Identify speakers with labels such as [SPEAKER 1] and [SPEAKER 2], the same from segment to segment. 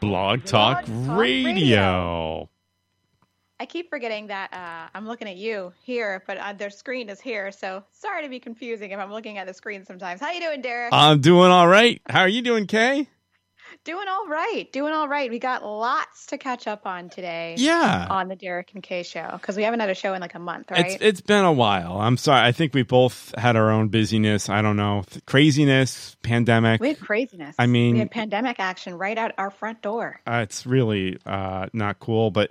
[SPEAKER 1] Blog Talk,
[SPEAKER 2] Blog Talk
[SPEAKER 1] Radio.
[SPEAKER 2] Radio. I keep forgetting that uh, I'm looking at you here, but uh, their screen is here. So sorry to be confusing if I'm looking at the screen sometimes. How you doing, Derek?
[SPEAKER 1] I'm doing all right. How are you doing, Kay?
[SPEAKER 2] doing all right. Doing all right. We got lots to catch up on today
[SPEAKER 1] Yeah.
[SPEAKER 2] on the Derek and Kay show because we haven't had a show in like a month, right?
[SPEAKER 1] It's it's been a while. I'm sorry. I think we both had our own busyness. I don't know. Th- craziness, pandemic.
[SPEAKER 2] we had craziness.
[SPEAKER 1] I mean-
[SPEAKER 2] we had pandemic action right out our front door.
[SPEAKER 1] uh, it's really uh, not cool. But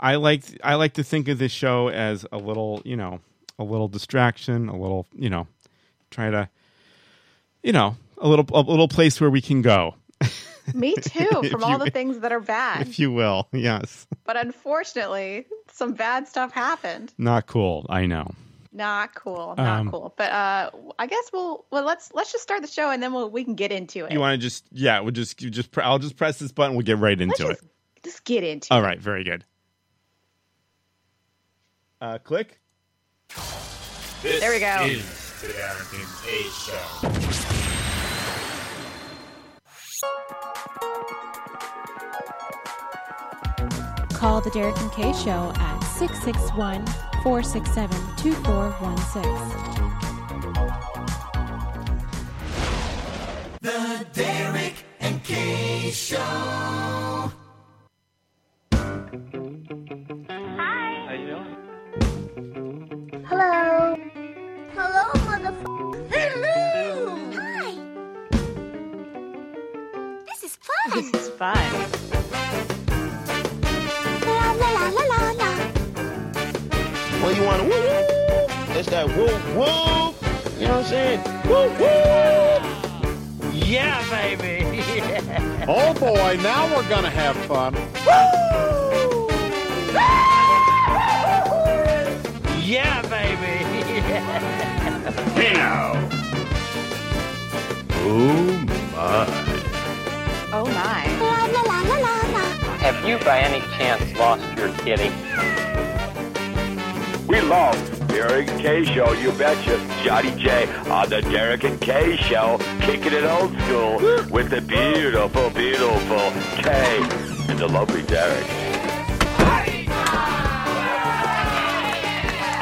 [SPEAKER 1] I like I like to think of this show as a little, you know, a little distraction, a little, you know, try to, you know, a little a little place where we can go,
[SPEAKER 2] Me too,
[SPEAKER 1] If
[SPEAKER 2] from all
[SPEAKER 1] you-
[SPEAKER 2] the things that are bad.
[SPEAKER 1] if you will. Yes,
[SPEAKER 2] But unfortunately, some bad stuff happened.
[SPEAKER 1] not cool. I know.
[SPEAKER 2] Not cool. Not
[SPEAKER 1] Um,
[SPEAKER 2] cool. But uh, I guess we'll well let's let's just start the show and then we'll, we can get into it.
[SPEAKER 1] You want to just yeah, we'll just you just pre- I'll just press this button. We'll get right
[SPEAKER 2] let's
[SPEAKER 1] into it.
[SPEAKER 2] just, just get into
[SPEAKER 1] All
[SPEAKER 2] it.
[SPEAKER 1] right, very good. Uh, click.
[SPEAKER 2] There we go.
[SPEAKER 3] Call the Derek and Kay Show at 661 467 2416.
[SPEAKER 4] Hello. Hello, motherfucker. Hello. Hi. This is fun.
[SPEAKER 2] This is fun.
[SPEAKER 4] la la la la la la.
[SPEAKER 5] Well, you want to woo woo? That's that woo woo. You know what I'm saying? Woo woo. Yeah, baby.
[SPEAKER 6] Oh boy, now we're gonna have fun.
[SPEAKER 5] Yeah, baby.
[SPEAKER 2] Oh my.
[SPEAKER 4] La la la la la la.
[SPEAKER 7] Have you by any chance lost your kitty?
[SPEAKER 8] We love Derek and K Show, you betcha. Johnny J on the Derek and K Show, kicking it old school with the beautiful, beautiful K and the lovely Derek.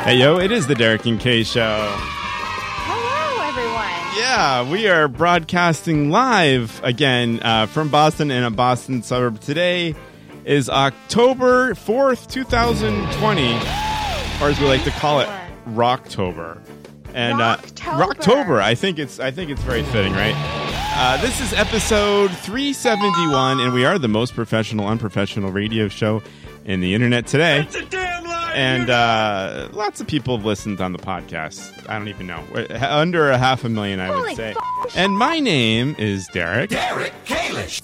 [SPEAKER 1] Hey yo, it is the Derek and Kay show.
[SPEAKER 2] Hello everyone.
[SPEAKER 1] Yeah, we are broadcasting live again uh, from Boston in a Boston suburb. Today is October 4th, 2020, or as we like to call it, Rocktober. And uh,
[SPEAKER 2] Rocktober.
[SPEAKER 1] Rocktober, I think it's I think it's very fitting, right? Uh, this is episode 371, and we are the most professional, unprofessional radio show in the internet today and uh, lots of people have listened on the podcast. I don't even know. We're- h- Under a half a million, I would
[SPEAKER 4] Holy
[SPEAKER 1] say.
[SPEAKER 4] f-
[SPEAKER 1] And my name is Derek.
[SPEAKER 4] Sweet.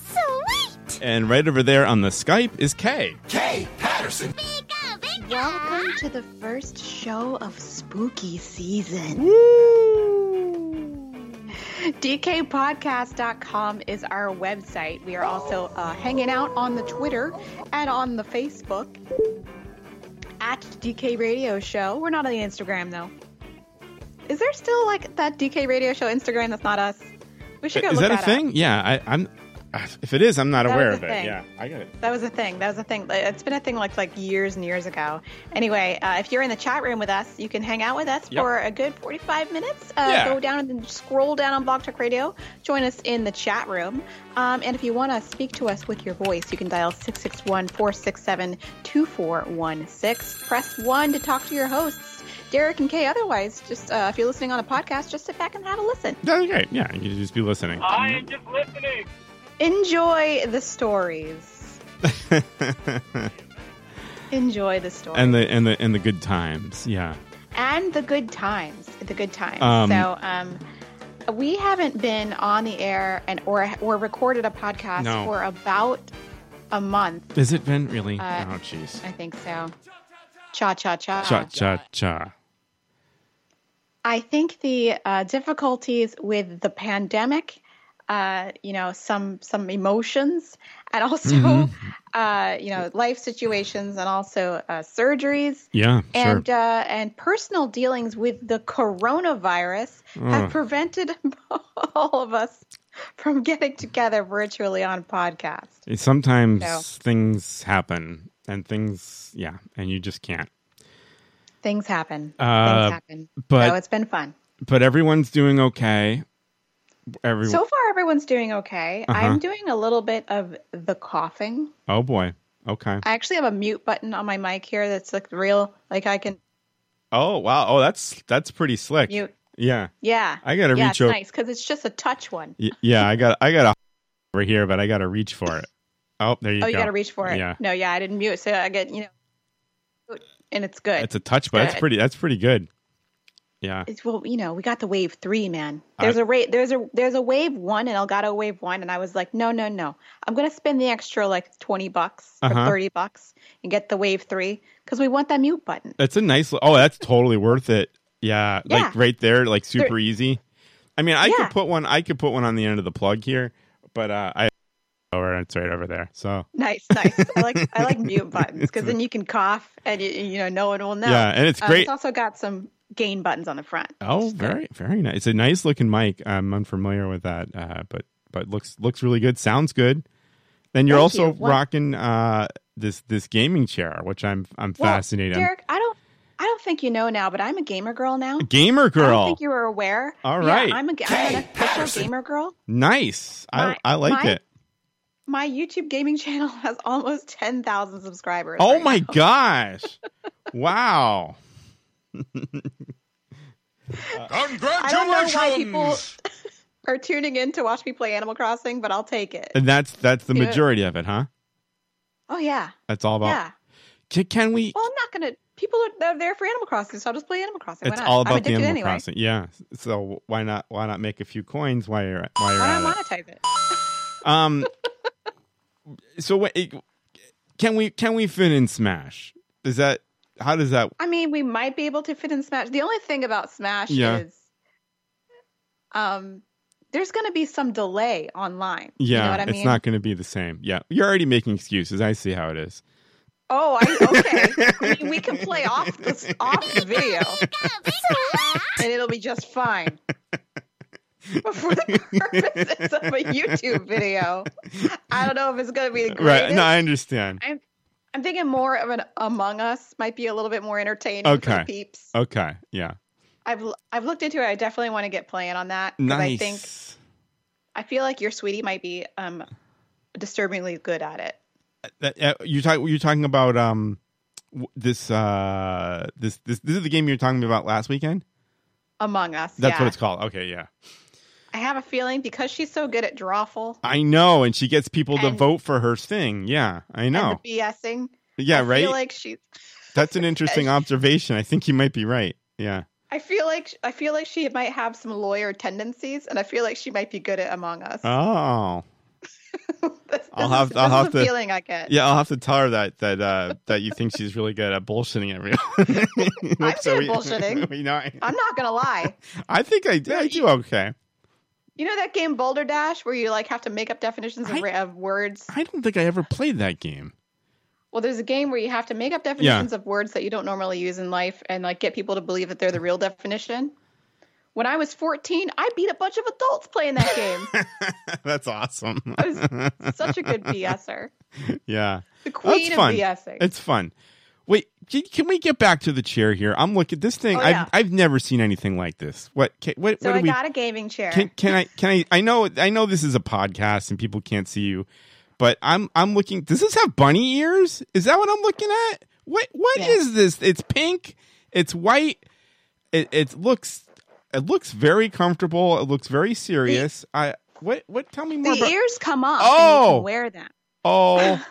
[SPEAKER 1] And right over there on the Skype is Kay.
[SPEAKER 4] Bingo, bingo.
[SPEAKER 2] Welcome to the first show of spooky season. DKpodcast.com is our website. We are also uh, hanging out on the Twitter and on the Facebook at DK Radio Show. We're not on the Instagram though. Is there still like that DK Radio Show Instagram that's not us? We should go
[SPEAKER 1] Is
[SPEAKER 2] look
[SPEAKER 1] that a
[SPEAKER 2] up.
[SPEAKER 1] thing? Yeah, I, I'm. uh, If it is, I'm not
[SPEAKER 2] That
[SPEAKER 1] aware
[SPEAKER 2] was
[SPEAKER 1] of
[SPEAKER 2] a
[SPEAKER 1] it.
[SPEAKER 2] thing.
[SPEAKER 1] Yeah, I got it.
[SPEAKER 2] That was a thing. That was a thing. It's been a thing like like years and years ago. Anyway, uh, if you're in the chat room with us, you can hang out with us
[SPEAKER 1] Yep.
[SPEAKER 2] for a good 45 minutes. Uh,
[SPEAKER 1] Yeah.
[SPEAKER 2] Go down and scroll down on Blog Talk Radio. Join us in the chat room. Um, and if you want to speak to us with your voice, you can dial 661-467-2416. Press 1 to talk to your hosts, Derek and Kay. Otherwise, just uh, if you're listening on a podcast, just sit back and have a listen.
[SPEAKER 1] That's great. Yeah, you could just be listening.
[SPEAKER 7] I am just listening.
[SPEAKER 2] Enjoy the stories. Enjoy the stories.
[SPEAKER 1] and the and the and the good times. Yeah.
[SPEAKER 2] and the good times the good times
[SPEAKER 1] Um,
[SPEAKER 2] so um we haven't been on the air and or or recorded a podcast
[SPEAKER 1] No.
[SPEAKER 2] for about a month
[SPEAKER 1] Has it been really?
[SPEAKER 2] Uh,
[SPEAKER 1] oh, jeez.
[SPEAKER 2] i think so cha cha cha
[SPEAKER 1] Cha cha cha.
[SPEAKER 2] i think the uh, difficulties with the pandemic uh, you know some some emotions and also
[SPEAKER 1] Mm-hmm.
[SPEAKER 2] uh, you know life situations and also uh, surgeries
[SPEAKER 1] Yeah, sure.
[SPEAKER 2] and uh, and personal
[SPEAKER 1] Mm.
[SPEAKER 2] dealings with the coronavirus have prevented all of us from getting together virtually on a podcast.
[SPEAKER 1] Sometimes
[SPEAKER 2] No.
[SPEAKER 1] things happen and things, yeah, and you just can't.
[SPEAKER 2] Things happen.
[SPEAKER 1] Uh,
[SPEAKER 2] Things happen.
[SPEAKER 1] but-
[SPEAKER 2] so it's been fun.
[SPEAKER 1] But everyone's doing okay. Everyone.
[SPEAKER 2] So far, everyone's doing okay.
[SPEAKER 1] Uh-huh.
[SPEAKER 2] I'm doing a little bit of the coughing.
[SPEAKER 1] oh boy. Okay.
[SPEAKER 2] I actually have a mute button on my mic here that's like real, like I can
[SPEAKER 1] Oh wow. Oh, that's that's pretty slick.
[SPEAKER 2] mute.
[SPEAKER 1] Yeah.
[SPEAKER 2] Yeah.
[SPEAKER 1] I gotta
[SPEAKER 2] yeah,
[SPEAKER 1] reach
[SPEAKER 2] it's
[SPEAKER 1] over.
[SPEAKER 2] nice because it's just a touch one.
[SPEAKER 1] Y- Yeah, I got I got a over here, but I gotta reach for it. Oh, there you
[SPEAKER 2] oh,
[SPEAKER 1] go.
[SPEAKER 2] you got to reach for it.
[SPEAKER 1] Yeah.
[SPEAKER 2] No, yeah, I didn't mute, so I get you know, and it's good.
[SPEAKER 1] It's a touch, but it's
[SPEAKER 2] Good.
[SPEAKER 1] pretty. That's pretty good. Yeah.
[SPEAKER 2] It's well, you know, we got the wave three, man.
[SPEAKER 1] I-
[SPEAKER 2] There's a rate. There's a there's a wave one and Elgato wave one, and I was like, no, no, no. I'm gonna spend the extra like twenty bucks or
[SPEAKER 1] Uh-huh.
[SPEAKER 2] thirty bucks and get the wave three because we want that mute button.
[SPEAKER 1] That's a nice. li- Oh, that's totally worth it. Yeah, like
[SPEAKER 2] Yeah.
[SPEAKER 1] right there, like super easy. I mean, I
[SPEAKER 2] Yeah.
[SPEAKER 1] could put one. I could put one on the end of the plug here, but uh, I over it's right over there. So
[SPEAKER 2] Nice, nice. I like I like mute buttons because then you can cough and you, you know no one will know.
[SPEAKER 1] yeah, and it's
[SPEAKER 2] Uh,
[SPEAKER 1] great.
[SPEAKER 2] it's also got some gain buttons on the front.
[SPEAKER 1] oh,
[SPEAKER 2] Just, uh,
[SPEAKER 1] very very nice. It's a nice looking mic. I'm unfamiliar with that, uh, but but looks looks really good. Sounds good. Then you're
[SPEAKER 2] Thank
[SPEAKER 1] also
[SPEAKER 2] you. Well-
[SPEAKER 1] rocking uh, this this gaming chair, which I'm I'm
[SPEAKER 2] Well,
[SPEAKER 1] fascinated. on.
[SPEAKER 2] Derek, I don't I don't think you know now, but I'm a gamer girl now.
[SPEAKER 1] Gamer
[SPEAKER 2] I
[SPEAKER 1] girl,
[SPEAKER 2] don't think you were aware.
[SPEAKER 1] All
[SPEAKER 2] Yeah,
[SPEAKER 1] right.
[SPEAKER 2] I'm a, I'm an official gamer girl.
[SPEAKER 1] nice.
[SPEAKER 2] My-
[SPEAKER 1] I I like
[SPEAKER 2] my-
[SPEAKER 1] it.
[SPEAKER 2] My YouTube gaming channel has almost 10,000 subscribers.
[SPEAKER 1] Oh
[SPEAKER 2] right
[SPEAKER 1] my
[SPEAKER 2] now.
[SPEAKER 1] gosh! wow.
[SPEAKER 2] I don't know why people are tuning in to watch me play Animal Crossing, but I'll take it.
[SPEAKER 1] And that's that's the
[SPEAKER 2] Yeah.
[SPEAKER 1] majority of it, huh?
[SPEAKER 2] Oh, yeah.
[SPEAKER 1] That's all about.
[SPEAKER 2] yeah.
[SPEAKER 1] Can, can we?
[SPEAKER 2] Well, I'm not going to. People are they're there for Animal Crossing, so I'll just play Animal Crossing. Why
[SPEAKER 1] it's
[SPEAKER 2] not?
[SPEAKER 1] all
[SPEAKER 2] I'm
[SPEAKER 1] about the
[SPEAKER 2] addicted
[SPEAKER 1] Animal
[SPEAKER 2] anyway.
[SPEAKER 1] Crossing. Yeah. So why not? Why not make a few coins while you're at- while you're
[SPEAKER 2] Why not
[SPEAKER 1] at
[SPEAKER 2] monetize it?
[SPEAKER 1] it? Um. so what? it- Can we can we fit in Smash? Is that how does that?
[SPEAKER 2] I mean, we might be able to fit in Smash. The only thing about Smash
[SPEAKER 1] Yeah.
[SPEAKER 2] is um, there's going to be some delay online.
[SPEAKER 1] Yeah,
[SPEAKER 2] You know what I mean?
[SPEAKER 1] it's not going to be the same. Yeah, you're already making excuses. I see how it is.
[SPEAKER 2] Oh, I, okay. I mean, we can play off the off the video, and it'll be just fine. But for the purposes of a YouTube video, I don't know if it's going to be the greatest.
[SPEAKER 1] Right? No, I understand.
[SPEAKER 2] I'm thinking more of an Among Us might be a little bit more entertaining for
[SPEAKER 1] Okay.
[SPEAKER 2] the peeps.
[SPEAKER 1] Okay. Yeah.
[SPEAKER 2] I've l- I've looked into it. I definitely want to get playing on that. 'cause
[SPEAKER 1] Nice.
[SPEAKER 2] I think I feel like your sweetie might be um disturbingly good at it.
[SPEAKER 1] that uh, you talk you're talking about um w- this uh this this this is the game you're talking about last weekend
[SPEAKER 2] Among Us.
[SPEAKER 1] that's
[SPEAKER 2] yeah.
[SPEAKER 1] what it's called okay yeah
[SPEAKER 2] I have a feeling because she's so good at drawful
[SPEAKER 1] i know and she gets people to
[SPEAKER 2] And-
[SPEAKER 1] vote for her thing yeah i know
[SPEAKER 2] and the BSing.
[SPEAKER 1] yeah
[SPEAKER 2] I
[SPEAKER 1] right
[SPEAKER 2] feel like she's
[SPEAKER 1] that's an interesting observation i think you might be right yeah
[SPEAKER 2] I feel like I feel like she might have some lawyer tendencies, and I feel like she might be good at Among Us.
[SPEAKER 1] oh
[SPEAKER 2] This- this
[SPEAKER 1] I'll have-
[SPEAKER 2] is,
[SPEAKER 1] I'll
[SPEAKER 2] this
[SPEAKER 1] have
[SPEAKER 2] is the
[SPEAKER 1] to-
[SPEAKER 2] feeling I get.
[SPEAKER 1] yeah i'll have to tell her that that uh that you think she's really good at bullshitting everyone
[SPEAKER 2] I'm
[SPEAKER 1] So
[SPEAKER 2] good at bullshitting.
[SPEAKER 1] we know, I,
[SPEAKER 2] I'm not gonna lie.
[SPEAKER 1] I think i, I do okay
[SPEAKER 2] You know that game Boulder Dash where you like have to make up definitions of,
[SPEAKER 1] I-
[SPEAKER 2] ra- of words.
[SPEAKER 1] i don't think i ever played that game
[SPEAKER 2] Well, there's a game where you have to make up definitions of words that you don't normally use in life, and like get people to believe that they're the real definition. When I was 14, I beat a bunch of adults playing that game.
[SPEAKER 1] that's awesome
[SPEAKER 2] I was such a good BSer,
[SPEAKER 1] yeah
[SPEAKER 2] the
[SPEAKER 1] That's
[SPEAKER 2] queen of
[SPEAKER 1] fun.
[SPEAKER 2] BSing.
[SPEAKER 1] It's fun. Wait, can, can we get back to the chair here? I'm looking this thing.
[SPEAKER 2] Oh,
[SPEAKER 1] I've
[SPEAKER 2] yeah.
[SPEAKER 1] I've never seen anything like this. What? Can, what?
[SPEAKER 2] so
[SPEAKER 1] what do
[SPEAKER 2] I
[SPEAKER 1] we?
[SPEAKER 2] got a gaming chair.
[SPEAKER 1] Can can I can I? I know I know this is a podcast and people can't see you, but I'm I'm looking. Does this have bunny ears? Is that what I'm looking at? What What is
[SPEAKER 2] Yeah.
[SPEAKER 1] this? It's pink. It's white. It it looks it looks very comfortable. It looks very serious. I what what? Tell me more.
[SPEAKER 2] the
[SPEAKER 1] about,
[SPEAKER 2] ears come up. and you
[SPEAKER 1] Oh!
[SPEAKER 2] can wear them.
[SPEAKER 1] oh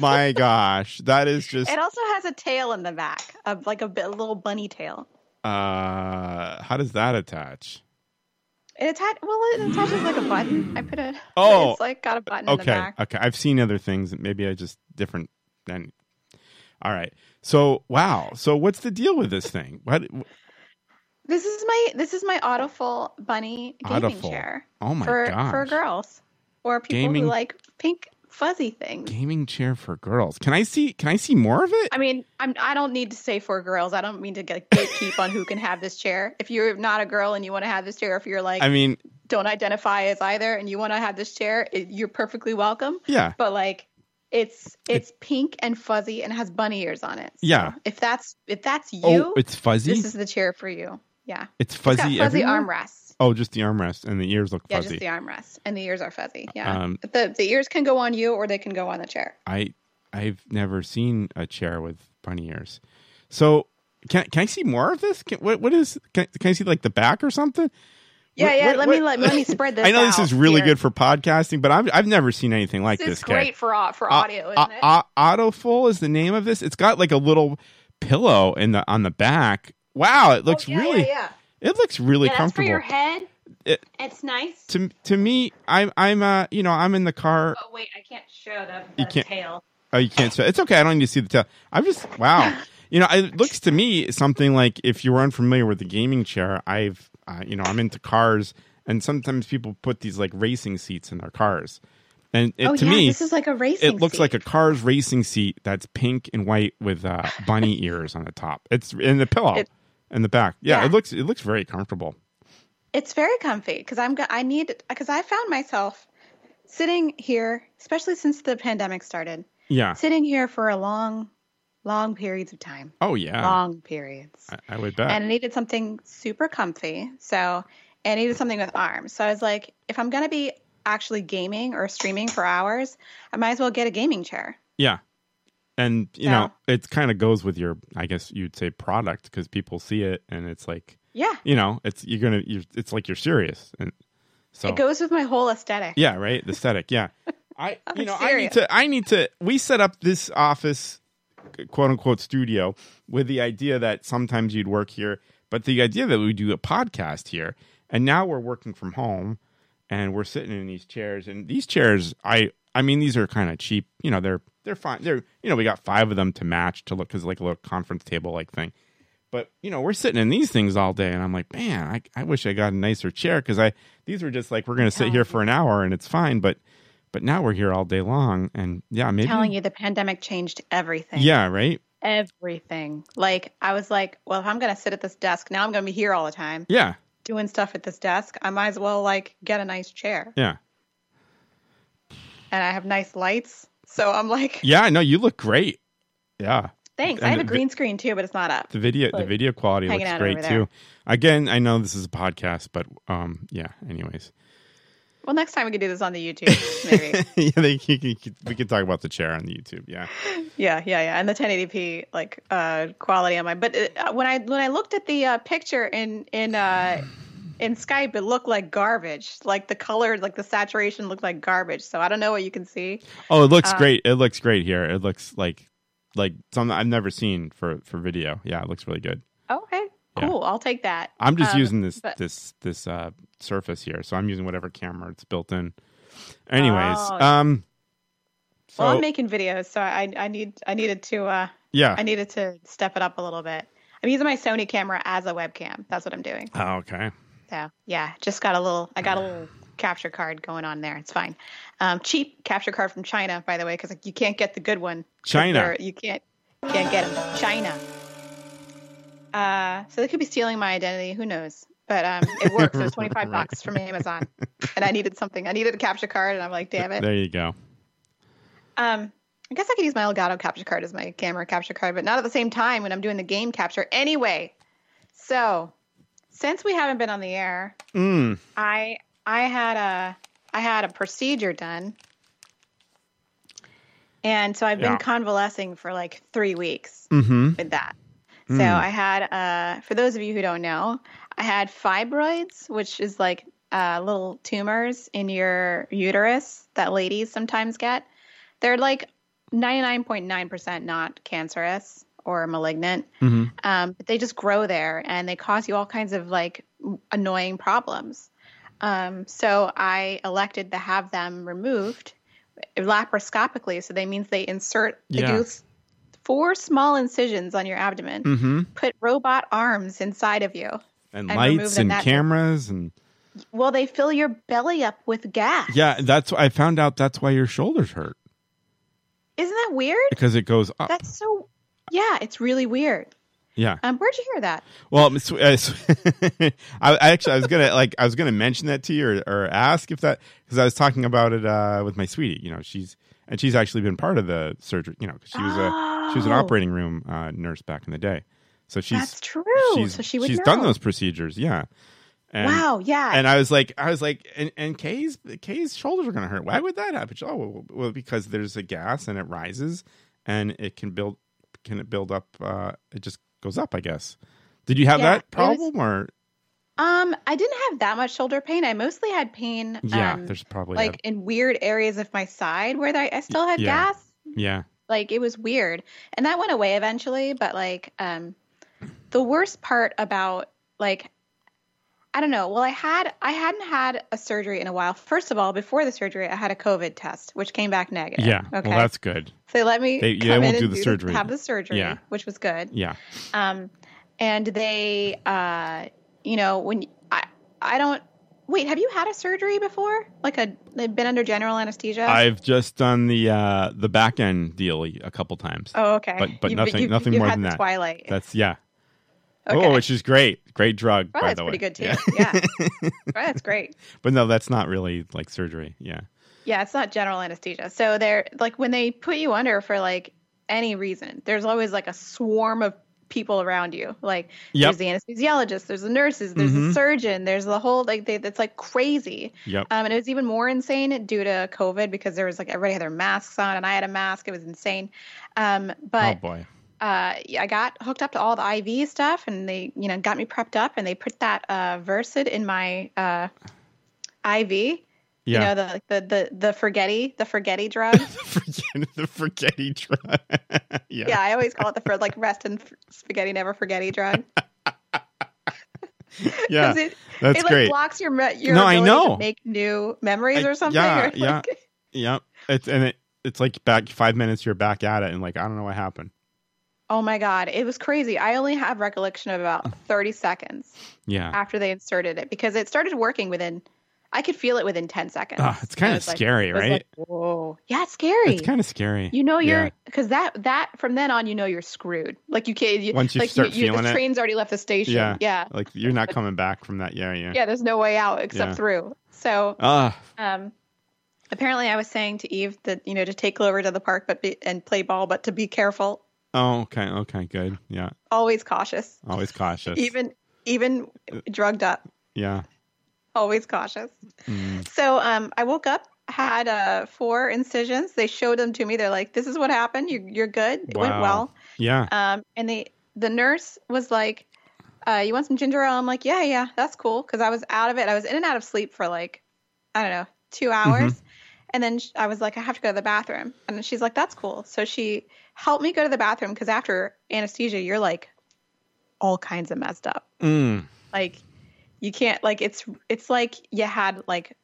[SPEAKER 1] my gosh, that is just
[SPEAKER 2] It also has a tail in the back, of like a, bit, a little bunny tail.
[SPEAKER 1] Uh, how does that attach?
[SPEAKER 2] It attach well, it attaches like a button. I put a
[SPEAKER 1] Oh,
[SPEAKER 2] it's like got a button in the
[SPEAKER 1] Okay,
[SPEAKER 2] back.
[SPEAKER 1] okay. I've seen other things. Maybe I just different. And all right. So wow. So what's the deal with this thing? What?
[SPEAKER 2] This is my this is my Autoful bunny gaming
[SPEAKER 1] Autoful.
[SPEAKER 2] chair
[SPEAKER 1] Oh my
[SPEAKER 2] for
[SPEAKER 1] gosh.
[SPEAKER 2] for girls or people
[SPEAKER 1] Gaming-
[SPEAKER 2] who like pink fuzzy things.
[SPEAKER 1] Gaming chair for girls. Can I see? Can I see more of it?
[SPEAKER 2] I mean, I'm I don't need to say for girls. I don't mean to get gatekeep on who can have this chair. If you're not a girl and you want to have this chair, if you're like
[SPEAKER 1] I mean,
[SPEAKER 2] don't identify as either and you want to have this chair, it, you're perfectly welcome.
[SPEAKER 1] Yeah.
[SPEAKER 2] But like, it's it's pink and fuzzy and has bunny ears on it. So
[SPEAKER 1] Yeah.
[SPEAKER 2] If that's if that's you,
[SPEAKER 1] Oh, it's fuzzy.
[SPEAKER 2] this is the chair for you. Yeah.
[SPEAKER 1] it's
[SPEAKER 2] It's
[SPEAKER 1] fuzzy.
[SPEAKER 2] got fuzzy
[SPEAKER 1] everywhere?
[SPEAKER 2] armrests.
[SPEAKER 1] Oh, just the armrest and the ears look
[SPEAKER 2] Yeah,
[SPEAKER 1] fuzzy.
[SPEAKER 2] just the armrest and the ears are fuzzy. Yeah.
[SPEAKER 1] Um,
[SPEAKER 2] the the ears can go on you or they can go on the chair.
[SPEAKER 1] I I've never seen a chair with bunny ears. So can can I see more of this? Can, what what is can, can I see like the back or something?
[SPEAKER 2] Yeah,
[SPEAKER 1] What-
[SPEAKER 2] yeah.
[SPEAKER 1] what-
[SPEAKER 2] let me
[SPEAKER 1] what-
[SPEAKER 2] let, let me spread this.
[SPEAKER 1] I know this
[SPEAKER 2] out
[SPEAKER 1] is really
[SPEAKER 2] here.
[SPEAKER 1] good for podcasting, but I've I've never seen anything like
[SPEAKER 2] This
[SPEAKER 1] this. Uh, Ah,
[SPEAKER 2] is great for au- for audio, isn't it?
[SPEAKER 1] Autofull is the name of this. It's got like a little pillow in the on the back. Wow, it looks
[SPEAKER 2] Oh, yeah,
[SPEAKER 1] really
[SPEAKER 2] yeah, yeah.
[SPEAKER 1] it looks really
[SPEAKER 3] yeah, that's for
[SPEAKER 1] comfortable.
[SPEAKER 3] your head.
[SPEAKER 1] It-
[SPEAKER 3] it's nice.
[SPEAKER 1] to to me, I'm I'm uh you know I'm in the car.
[SPEAKER 3] Oh wait, I can't show the,
[SPEAKER 1] You
[SPEAKER 3] the
[SPEAKER 1] can't-
[SPEAKER 3] tail.
[SPEAKER 1] Oh, you can't. It's okay. I don't need to see the tail. I'm just wow. You know, it looks to me something like if you were unfamiliar with the gaming chair, I've uh, you know I'm into cars, and sometimes people put these like racing seats in their cars, and it,
[SPEAKER 2] Oh
[SPEAKER 1] to
[SPEAKER 2] yeah,
[SPEAKER 1] me
[SPEAKER 2] this is like a racing.
[SPEAKER 1] it looks
[SPEAKER 2] seat.
[SPEAKER 1] like a car's racing seat that's pink and white with uh, bunny ears on the top. It's in the pillow
[SPEAKER 2] It-
[SPEAKER 1] in the back. Yeah,
[SPEAKER 2] Yeah.
[SPEAKER 1] it looks it looks very comfortable.
[SPEAKER 2] It's very comfy because I'm go- I need because I found myself sitting here, especially since the pandemic started,
[SPEAKER 1] Yeah.
[SPEAKER 2] sitting here for a long, long periods of time,
[SPEAKER 1] Oh yeah.
[SPEAKER 2] long periods,
[SPEAKER 1] I, I would bet.
[SPEAKER 2] and I needed something super comfy. So and I needed something with arms. So I was like, if I'm gonna be actually gaming or streaming for hours, I might as well get a gaming chair.
[SPEAKER 1] Yeah. And you
[SPEAKER 2] Yeah.
[SPEAKER 1] know, it kind of goes with your I guess you'd say product because people see it and it's like,
[SPEAKER 2] Yeah,
[SPEAKER 1] you know, it's you're going to you're it's like you're serious and so
[SPEAKER 2] it goes with my whole aesthetic.
[SPEAKER 1] Oh. Yeah, right? The aesthetic, yeah. I you
[SPEAKER 2] I'm
[SPEAKER 1] know, I need
[SPEAKER 2] serious.
[SPEAKER 1] to I need to we set up this office quote unquote studio with the idea that sometimes you'd work here, but the idea that we do a podcast here. And now we're working from home and we're sitting in these chairs and these chairs I I mean these are kind of cheap, you know, they're they're fine. They're you know, we got 5 of them to match to look cuz like a little conference table like thing. But you know, we're sitting in these things all day, and I'm like, man, I, I wish I got a nicer chair because I these were just like we're going to sit here for an hour and it's fine, but but now we're here all day long, and yeah, maybe
[SPEAKER 2] telling you the pandemic changed everything.
[SPEAKER 1] yeah, right,
[SPEAKER 2] Everything. Like I was like, well, if I'm gonna sit at this desk, now I'm gonna be here all the time
[SPEAKER 1] yeah,
[SPEAKER 2] doing stuff at this desk. I might as well like get a nice chair.
[SPEAKER 1] yeah,
[SPEAKER 2] And I have nice lights. So I'm like,
[SPEAKER 1] yeah. I know you look great. Yeah,
[SPEAKER 2] thanks.
[SPEAKER 1] And
[SPEAKER 2] I have a
[SPEAKER 1] the-
[SPEAKER 2] green screen too, but it's not up.
[SPEAKER 1] the video the
[SPEAKER 2] Like,
[SPEAKER 1] video quality
[SPEAKER 2] hanging
[SPEAKER 1] looks
[SPEAKER 2] out
[SPEAKER 1] great
[SPEAKER 2] over there.
[SPEAKER 1] too. Again, I know this is a podcast, but um, yeah. Anyways,
[SPEAKER 2] Well, next time we can do this on the YouTube, maybe.
[SPEAKER 1] yeah, they, you, can- we could talk about the chair on YouTube. Yeah,
[SPEAKER 2] yeah, yeah, yeah. And the 1080p like uh, quality on my. But it, uh, when I when I looked at the uh, picture in in uh, in Skype, it looked like garbage. Like the color, like the saturation looked like garbage. So I don't know what you can see.
[SPEAKER 1] Oh, it looks
[SPEAKER 2] Uh,
[SPEAKER 1] great. It looks great here. It looks like like something I've never seen for for video. Yeah, it looks really good.
[SPEAKER 2] Okay,
[SPEAKER 1] Yeah.
[SPEAKER 2] cool. I'll take that.
[SPEAKER 1] I'm just
[SPEAKER 2] Um,
[SPEAKER 1] using this
[SPEAKER 2] but-
[SPEAKER 1] this this uh surface here. So I'm using whatever camera it's built in. Anyways,
[SPEAKER 2] Oh.
[SPEAKER 1] um so
[SPEAKER 2] well, I'm making videos, so I I need I needed to uh
[SPEAKER 1] yeah.
[SPEAKER 2] I needed to step it up a little bit. I'm using my Sony camera as a webcam. That's what I'm doing.
[SPEAKER 1] Oh, okay.
[SPEAKER 2] So yeah, just got a little. I got a little capture card going on there. It's fine. Um, cheap capture card from China, by the way, because you can't get the good one. 'Cause
[SPEAKER 1] China.
[SPEAKER 2] they're- You can't can't get them. China. Uh, so they could be stealing my identity. Who knows? But um, it works. It was 25
[SPEAKER 1] Right.
[SPEAKER 2] bucks from Amazon, and I needed something. I needed a capture card, and I'm like, damn it.
[SPEAKER 1] There you go.
[SPEAKER 2] Um, I guess I could use my Elgato capture card as my camera capture card, but not at the same time when I'm doing the game capture. Anyway, so since we haven't been on the air,
[SPEAKER 1] Mm.
[SPEAKER 2] I I had a I had a procedure done, and so I've been
[SPEAKER 1] Yeah.
[SPEAKER 2] convalescing for like three weeks
[SPEAKER 1] Mhm.
[SPEAKER 2] with that. So I had uh, for those of you who don't know, I had fibroids, which is like uh, little tumors in your uterus that ladies sometimes get. They're like ninety nine point nine percent not cancerous or malignant
[SPEAKER 1] Mhm.
[SPEAKER 2] um, but they just grow there and they cause you all kinds of like w- annoying problems. Um, so I elected to have them removed eh, laparoscopically. So that means they insert, they
[SPEAKER 1] Yeah.
[SPEAKER 2] do s- four small incisions on your abdomen,
[SPEAKER 1] Mhm.
[SPEAKER 2] put robot arms inside of you.
[SPEAKER 1] And,
[SPEAKER 2] And remove
[SPEAKER 1] lights
[SPEAKER 2] the
[SPEAKER 1] and
[SPEAKER 2] net.
[SPEAKER 1] cameras and
[SPEAKER 2] Well, they fill your belly up with gas.
[SPEAKER 1] yeah, that's I found out that's why your shoulders hurt
[SPEAKER 2] Isn't that weird?
[SPEAKER 1] because it goes up.
[SPEAKER 2] That's so, yeah, it's really weird.
[SPEAKER 1] Yeah.
[SPEAKER 2] Um, where'd you hear that?
[SPEAKER 1] Well, Miss- uh, s- I, I actually I was gonna like I was gonna mention that to you or, or ask if that because I was talking about it uh, with my sweetie. You know, she's and she's actually been part of the surgery. You know, 'cause she was a she was an
[SPEAKER 2] Oh.
[SPEAKER 1] operating room uh, nurse back in the day. So she's
[SPEAKER 2] That's true.
[SPEAKER 1] She's,
[SPEAKER 2] so she would
[SPEAKER 1] she's
[SPEAKER 2] know.
[SPEAKER 1] done those procedures. Yeah. And,
[SPEAKER 2] wow. Yeah.
[SPEAKER 1] And I was like, I was like, and, and Kay's Kay's shoulders are gonna hurt. Why would that happen? She- Oh, well, well, because there's a gas and it rises, and it can build, can it build up? Uh, it just goes up, I guess. Did you have
[SPEAKER 2] Yeah,
[SPEAKER 1] that problem or
[SPEAKER 2] um, I didn't have that much shoulder pain. I mostly had pain.
[SPEAKER 1] yeah?
[SPEAKER 2] um,
[SPEAKER 1] there's probably
[SPEAKER 2] like in weird areas of my side where I, I still had
[SPEAKER 1] Yeah.
[SPEAKER 2] gas.
[SPEAKER 1] a- yeah,
[SPEAKER 2] Like it was weird, and that went away eventually. But like, um, the worst part about like, I don't know. Well, I had I hadn't had a surgery in a while. First of all, before the surgery, I had a COVID test, which came back negative.
[SPEAKER 1] yeah.
[SPEAKER 2] Okay.
[SPEAKER 1] Well, that's good.
[SPEAKER 2] so they let me.
[SPEAKER 1] They- yeah,
[SPEAKER 2] come
[SPEAKER 1] they won't
[SPEAKER 2] in
[SPEAKER 1] do
[SPEAKER 2] and
[SPEAKER 1] the surgery.
[SPEAKER 2] have the surgery,
[SPEAKER 1] Yeah.
[SPEAKER 2] which was good
[SPEAKER 1] Yeah,
[SPEAKER 2] um, and they uh, you know when I I don't wait have you had a surgery before like a they've been under general anesthesia
[SPEAKER 1] I've just done the uh the back end deal a couple times.
[SPEAKER 2] oh okay
[SPEAKER 1] but- but
[SPEAKER 2] You-
[SPEAKER 1] nothing- nothing
[SPEAKER 2] you've
[SPEAKER 1] more
[SPEAKER 2] had
[SPEAKER 1] than
[SPEAKER 2] the
[SPEAKER 1] that.
[SPEAKER 2] Twilight
[SPEAKER 1] That's yeah.
[SPEAKER 2] okay.
[SPEAKER 1] Oh, which is great. Great drug,
[SPEAKER 2] Well,
[SPEAKER 1] by
[SPEAKER 2] that's
[SPEAKER 1] the way.
[SPEAKER 2] pretty good too
[SPEAKER 1] Yeah.
[SPEAKER 2] yeah, that's great
[SPEAKER 1] but no, that's not really like surgery. Yeah.
[SPEAKER 2] yeah it's not general anesthesia so they're like when they put you under for like any reason there's always like a swarm of people around you like
[SPEAKER 1] Yep.
[SPEAKER 2] there's the anesthesiologist there's the nurses there's
[SPEAKER 1] Mhm.
[SPEAKER 2] the surgeon there's the whole like they, that's like crazy
[SPEAKER 1] Yep.
[SPEAKER 2] Um, and it was even more insane due to COVID because there was like everybody had their masks on and I had a mask. It was insane. Um,
[SPEAKER 1] oh
[SPEAKER 2] but
[SPEAKER 1] boy.
[SPEAKER 2] uh, I got hooked up to all the IV stuff and they, you know, got me prepped up and they put that uh, Versed in my uh, IV.
[SPEAKER 1] Yeah.
[SPEAKER 2] You know, the, the, the, the Forgetti, the Forgetti drug.
[SPEAKER 1] Forget- the forgetty drug. yeah.
[SPEAKER 2] yeah, I always call it the, for, like, rest and f- spaghetti, never forgetti drug.
[SPEAKER 1] Yeah.
[SPEAKER 2] 'Cause it,
[SPEAKER 1] That's
[SPEAKER 2] it, like,
[SPEAKER 1] great.
[SPEAKER 2] blocks your, me- your
[SPEAKER 1] No, I
[SPEAKER 2] ability
[SPEAKER 1] know.
[SPEAKER 2] to make new memories
[SPEAKER 1] I-
[SPEAKER 2] or something.
[SPEAKER 1] yeah,
[SPEAKER 2] or, like,
[SPEAKER 1] yeah. yep. It's and it it's like back five minutes you're back at it and like I don't know what happened.
[SPEAKER 2] Oh my god, it was crazy. I only have recollection of about 30 seconds
[SPEAKER 1] Yeah.
[SPEAKER 2] after they inserted it because it started working within I could feel it within 10 seconds.
[SPEAKER 1] Ah, it's kind
[SPEAKER 2] I
[SPEAKER 1] of
[SPEAKER 2] was like-
[SPEAKER 1] scary,
[SPEAKER 2] I was
[SPEAKER 1] right?
[SPEAKER 2] like, Whoa. Yeah, it's scary.
[SPEAKER 1] it's kind of scary.
[SPEAKER 2] you know you're
[SPEAKER 1] Yeah.
[SPEAKER 2] cuz that that from then on you know you're screwed. Like you can't you,
[SPEAKER 1] Once you
[SPEAKER 2] like
[SPEAKER 1] start feeling
[SPEAKER 2] the
[SPEAKER 1] it.
[SPEAKER 2] train's already left the station.
[SPEAKER 1] Yeah.
[SPEAKER 2] Yeah. Yeah,
[SPEAKER 1] like you're not coming back from that. Yeah, yeah.
[SPEAKER 2] there's no way out except
[SPEAKER 1] Yeah.
[SPEAKER 2] through. So,
[SPEAKER 1] Ah,
[SPEAKER 2] um apparently I was saying to Eve that you know to take Clover to the park but be, and play ball but to be careful,
[SPEAKER 1] oh, okay, okay, good. Yeah,
[SPEAKER 2] always cautious.
[SPEAKER 1] always cautious.
[SPEAKER 2] Even even drugged up.
[SPEAKER 1] yeah,
[SPEAKER 2] always cautious.
[SPEAKER 1] Mm.
[SPEAKER 2] So um, I woke up, had uh, four incisions. They showed them to me. They're like, "This is what happened. You, you're good. It went
[SPEAKER 1] Wow.
[SPEAKER 2] well."
[SPEAKER 1] yeah.
[SPEAKER 2] Um, and the the nurse was like, uh, "You want some ginger ale?" I'm like, "Yeah, yeah, that's cool." Because I was out of it. I was in and out of sleep for like, I don't know, two hours. And then sh- I was like, I have to go to the bathroom. And she's like, that's cool. So she helped me go to the bathroom because after anesthesia, you're like all kinds of messed up
[SPEAKER 1] Mm.
[SPEAKER 2] like you can't like it's it's like you had like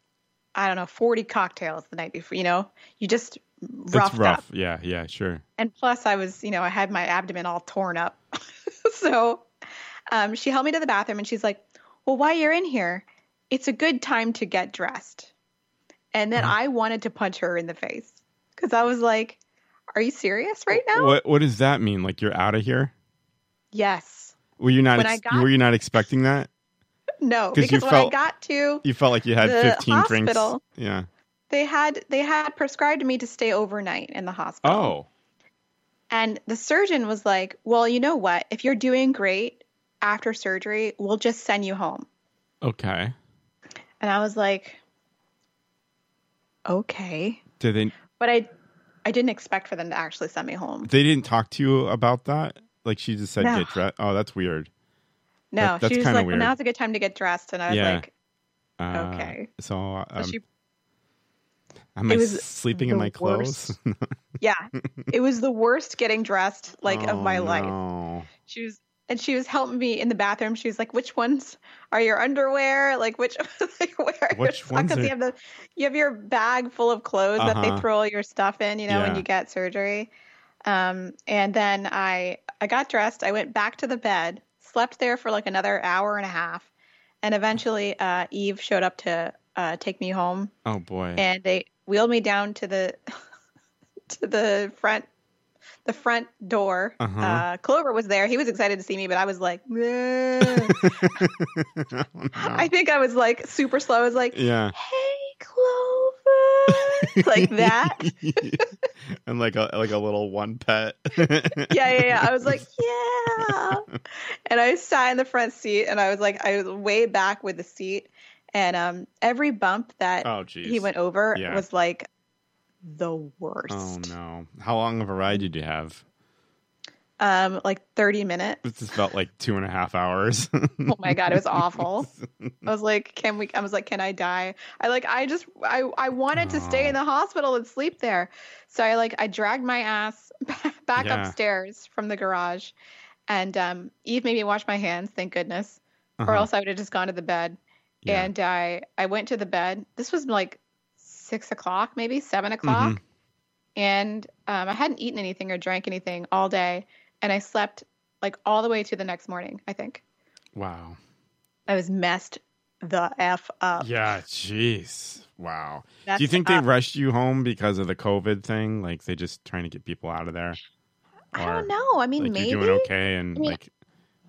[SPEAKER 2] i don't know 40 cocktails the night before you know you just roughed
[SPEAKER 1] It's rough.
[SPEAKER 2] up
[SPEAKER 1] Yeah, yeah, sure.
[SPEAKER 2] and plus i was you know i had my abdomen all torn up so um, she helped me to the bathroom and she's like well while you're in here it's a good time to get dressed and
[SPEAKER 1] Uh-huh.
[SPEAKER 2] then i wanted to punch her in the face because i was like are you serious right now
[SPEAKER 1] What What does that mean? Like you're out of here?
[SPEAKER 2] yes
[SPEAKER 1] Were you not?
[SPEAKER 2] When I
[SPEAKER 1] ex-
[SPEAKER 2] got-
[SPEAKER 1] were you not expecting that?
[SPEAKER 2] no
[SPEAKER 1] 'Cause you
[SPEAKER 2] because when i
[SPEAKER 1] felt-
[SPEAKER 2] got to
[SPEAKER 1] You felt like you had
[SPEAKER 2] The
[SPEAKER 1] 15
[SPEAKER 2] hospital.
[SPEAKER 1] drinks. Yeah.
[SPEAKER 2] they had they had prescribed me to stay overnight in the hospital.
[SPEAKER 1] Oh.
[SPEAKER 2] And the surgeon was like, "Well, you know what? If you're doing great after surgery, we'll just send you home."
[SPEAKER 1] Okay.
[SPEAKER 2] And I was like, "Okay."
[SPEAKER 1] Did they?
[SPEAKER 2] But I I didn't expect for them to actually send me home.
[SPEAKER 1] They didn't talk to you about that. Like she just said,
[SPEAKER 2] No.
[SPEAKER 1] get dressed. Oh, that's weird.
[SPEAKER 2] No,
[SPEAKER 1] That- that's
[SPEAKER 2] she was
[SPEAKER 1] kinda
[SPEAKER 2] like,
[SPEAKER 1] weird.
[SPEAKER 2] "Well, now's a good time to get dressed." And I was
[SPEAKER 1] Yeah.
[SPEAKER 2] like,
[SPEAKER 1] Uh,
[SPEAKER 2] Okay.
[SPEAKER 1] So, um,
[SPEAKER 2] so she,
[SPEAKER 1] am
[SPEAKER 2] it
[SPEAKER 1] I
[SPEAKER 2] was
[SPEAKER 1] sleeping in
[SPEAKER 2] the
[SPEAKER 1] my clothes?
[SPEAKER 2] "Yeah, it was the worst getting dressed like of
[SPEAKER 1] Oh,
[SPEAKER 2] my life."
[SPEAKER 1] no.
[SPEAKER 2] she was and she was helping me in the bathroom. She was like, "Which ones are your underwear? Like which like where are your
[SPEAKER 1] Which ones
[SPEAKER 2] Because
[SPEAKER 1] are-
[SPEAKER 2] you have the you have your bag full of clothes that
[SPEAKER 1] Uh-huh.
[SPEAKER 2] they throw all your stuff in, you know,
[SPEAKER 1] Yeah.
[SPEAKER 2] when you get surgery." Um, and then I I got dressed. I went back to the bed, slept there for like another hour and a half, and eventually uh, Eve showed up to uh, take me home,
[SPEAKER 1] Oh boy.
[SPEAKER 2] and they wheeled me down to the to the front the front door. uh
[SPEAKER 1] Uh-huh.
[SPEAKER 2] Clover was there. He was excited to see me, but I was like, "Meh." I think I was like super slow. I was like,
[SPEAKER 1] yeah.
[SPEAKER 2] "Hey, Clover," like that.
[SPEAKER 1] and like a like a little one pet.
[SPEAKER 2] yeah, yeah, yeah. I was like, yeah. And I sat in the front seat and I was like, I was way back with the seat. And um, every bump that
[SPEAKER 1] Oh jeez.
[SPEAKER 2] he went over
[SPEAKER 1] Yeah.
[SPEAKER 2] was like the worst.
[SPEAKER 1] Oh no. How long of a ride did you have?
[SPEAKER 2] Um, like 30 minutes.
[SPEAKER 1] This just felt like two and a half hours.
[SPEAKER 2] Oh my God, it was awful. I was like, can we, I was like, can I die? I like, I just, I, I wanted to stay in the hospital and sleep there. So I like, I dragged my ass back
[SPEAKER 1] Yeah.
[SPEAKER 2] upstairs from the garage. And um, Eve made me wash my hands, thank goodness. or else I would have just gone to the bed.
[SPEAKER 1] Uh-huh. Yeah.
[SPEAKER 2] And I I went to the bed. This was like six o'clock, maybe seven o'clock,
[SPEAKER 1] Mm-hmm.
[SPEAKER 2] and um, I hadn't eaten anything or drank anything all day, and I slept like all the way to the next morning. I think
[SPEAKER 1] Wow.
[SPEAKER 2] I was messed the f up.
[SPEAKER 1] Yeah, jeez. Wow.
[SPEAKER 2] Messed
[SPEAKER 1] Do you think they
[SPEAKER 2] up.
[SPEAKER 1] rushed you home because of the COVID thing? Like they just trying to get people out of there?
[SPEAKER 2] I
[SPEAKER 1] Or,
[SPEAKER 2] don't know. I mean,
[SPEAKER 1] like
[SPEAKER 2] maybe
[SPEAKER 1] you're doing okay and
[SPEAKER 2] I mean,
[SPEAKER 1] like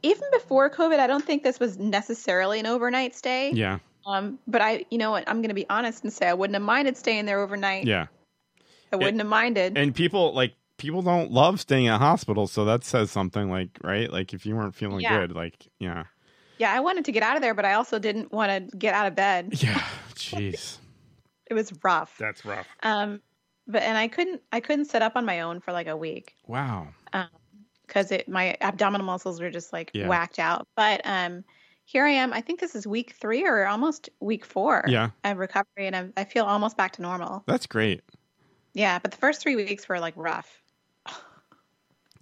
[SPEAKER 2] even before COVID, I don't think this was necessarily an overnight stay.
[SPEAKER 1] yeah.
[SPEAKER 2] Um, but I, you know what, I'm going to be honest and say I wouldn't have minded staying there overnight.
[SPEAKER 1] Yeah.
[SPEAKER 2] I wouldn't have minded.
[SPEAKER 1] And people like people don't love staying at hospitals, so that says something like, right? Like if you weren't feeling
[SPEAKER 2] Yeah.
[SPEAKER 1] good, like yeah.
[SPEAKER 2] yeah, I wanted to get out of there, but I also didn't want to get out of bed.
[SPEAKER 1] Yeah. Jeez.
[SPEAKER 2] it was rough.
[SPEAKER 1] That's rough.
[SPEAKER 2] Um, but and I couldn't I couldn't sit up on my own for like a week
[SPEAKER 1] Wow.
[SPEAKER 2] because it my abdominal muscles were just like
[SPEAKER 1] Yeah.
[SPEAKER 2] whacked out. But um, here I am. I think this is week three or almost week four.
[SPEAKER 1] Yeah.
[SPEAKER 2] of recovery, and I'm, I feel almost back to normal.
[SPEAKER 1] That's great.
[SPEAKER 2] Yeah, but the first three weeks were like rough.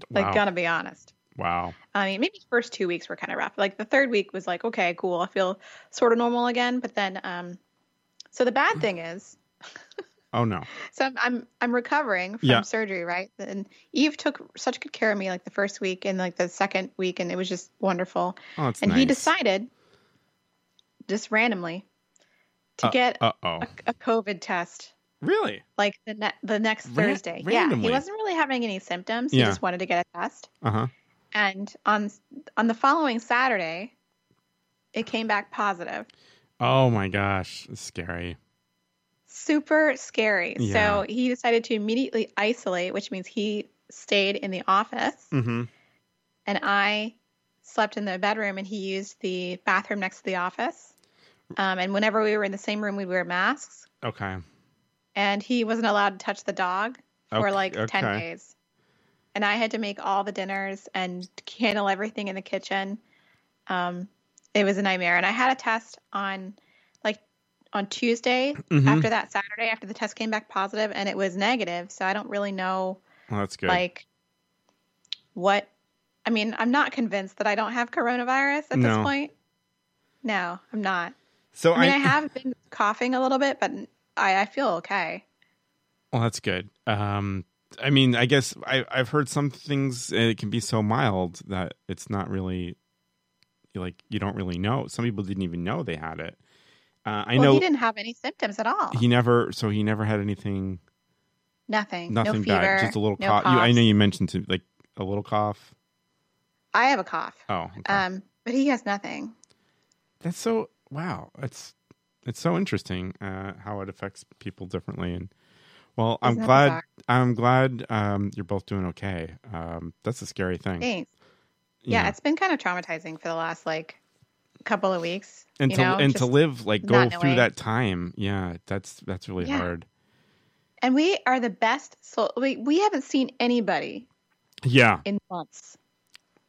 [SPEAKER 2] Like,
[SPEAKER 1] wow.
[SPEAKER 2] gonna be honest.
[SPEAKER 1] wow.
[SPEAKER 2] I mean, maybe the first two weeks were kind of rough. Like the third week was like, okay, cool, I feel sort of normal again. But then, um, so the bad thing is,
[SPEAKER 1] Oh no.
[SPEAKER 2] So I'm I'm, I'm recovering from
[SPEAKER 1] Yeah.
[SPEAKER 2] surgery, right? And Eve took such good care of me like the first week and like the second week and it was just wonderful.
[SPEAKER 1] Oh, it's
[SPEAKER 2] and
[SPEAKER 1] nice.
[SPEAKER 2] he decided just randomly to get
[SPEAKER 1] Uh oh.
[SPEAKER 2] a, a COVID test
[SPEAKER 1] Really?
[SPEAKER 2] like the ne- the next
[SPEAKER 1] Ra-
[SPEAKER 2] Thursday. Yeah,
[SPEAKER 1] randomly?
[SPEAKER 2] he wasn't really having any symptoms.
[SPEAKER 1] Yeah.
[SPEAKER 2] He just wanted to get a test.
[SPEAKER 1] Uh huh.
[SPEAKER 2] And on on the following Saturday, it came back positive.
[SPEAKER 1] Oh my gosh. It's scary.
[SPEAKER 2] super scary.
[SPEAKER 1] Yeah.
[SPEAKER 2] So he decided to immediately isolate, which means he stayed in the office
[SPEAKER 1] Mm-hmm.
[SPEAKER 2] and I slept in the bedroom and he used the bathroom next to the office. Um, and whenever we were in the same room, we'd wear masks.
[SPEAKER 1] Okay.
[SPEAKER 2] And he wasn't allowed to touch the dog for
[SPEAKER 1] Ok-
[SPEAKER 2] like 10
[SPEAKER 1] okay.
[SPEAKER 2] days. And I had to make all the dinners and handle everything in the kitchen. Um, it was a nightmare. And I had a test on like on Tuesday
[SPEAKER 1] Mhm.
[SPEAKER 2] after that Saturday after the test came back positive and it was negative. So I don't really know
[SPEAKER 1] Well, that's good.
[SPEAKER 2] like what I mean, I'm not convinced that I don't have coronavirus at
[SPEAKER 1] No.
[SPEAKER 2] this point. No, I'm not.
[SPEAKER 1] so
[SPEAKER 2] I mean, I have been coughing a little bit, but I, I feel okay.
[SPEAKER 1] Well, that's good. Um, I mean, I guess I, I've heard some things. uh, It can be so mild that it's not really like you don't really know. Some people didn't even know they had it. Uh, I
[SPEAKER 2] well,
[SPEAKER 1] know
[SPEAKER 2] he didn't have any symptoms at all.
[SPEAKER 1] he never. So he never had anything.
[SPEAKER 2] nothing.
[SPEAKER 1] Nothing
[SPEAKER 2] no fever.
[SPEAKER 1] bad. Just a little
[SPEAKER 2] no
[SPEAKER 1] cough. You, I
[SPEAKER 2] coughs.
[SPEAKER 1] know you mentioned to like a little cough.
[SPEAKER 2] I have a cough.
[SPEAKER 1] Oh, okay.
[SPEAKER 2] Um, but he has nothing.
[SPEAKER 1] that's so wow. That's it's so interesting uh, how it affects people differently. And well, I'm
[SPEAKER 2] Isn't that
[SPEAKER 1] glad.
[SPEAKER 2] bizarre?
[SPEAKER 1] I'm glad um, you're both doing okay. Um, that's a scary thing.
[SPEAKER 2] Thanks.
[SPEAKER 1] you
[SPEAKER 2] Yeah,
[SPEAKER 1] know.
[SPEAKER 2] it's been kind of traumatizing for the last like couple of weeks.
[SPEAKER 1] and
[SPEAKER 2] you
[SPEAKER 1] to
[SPEAKER 2] know,
[SPEAKER 1] and to
[SPEAKER 2] just-
[SPEAKER 1] live like go
[SPEAKER 2] not
[SPEAKER 1] through
[SPEAKER 2] knowing.
[SPEAKER 1] that time yeah that's that's really
[SPEAKER 2] Yeah.
[SPEAKER 1] hard
[SPEAKER 2] And we are the best. So we we haven't seen anybody
[SPEAKER 1] yeah
[SPEAKER 2] in months.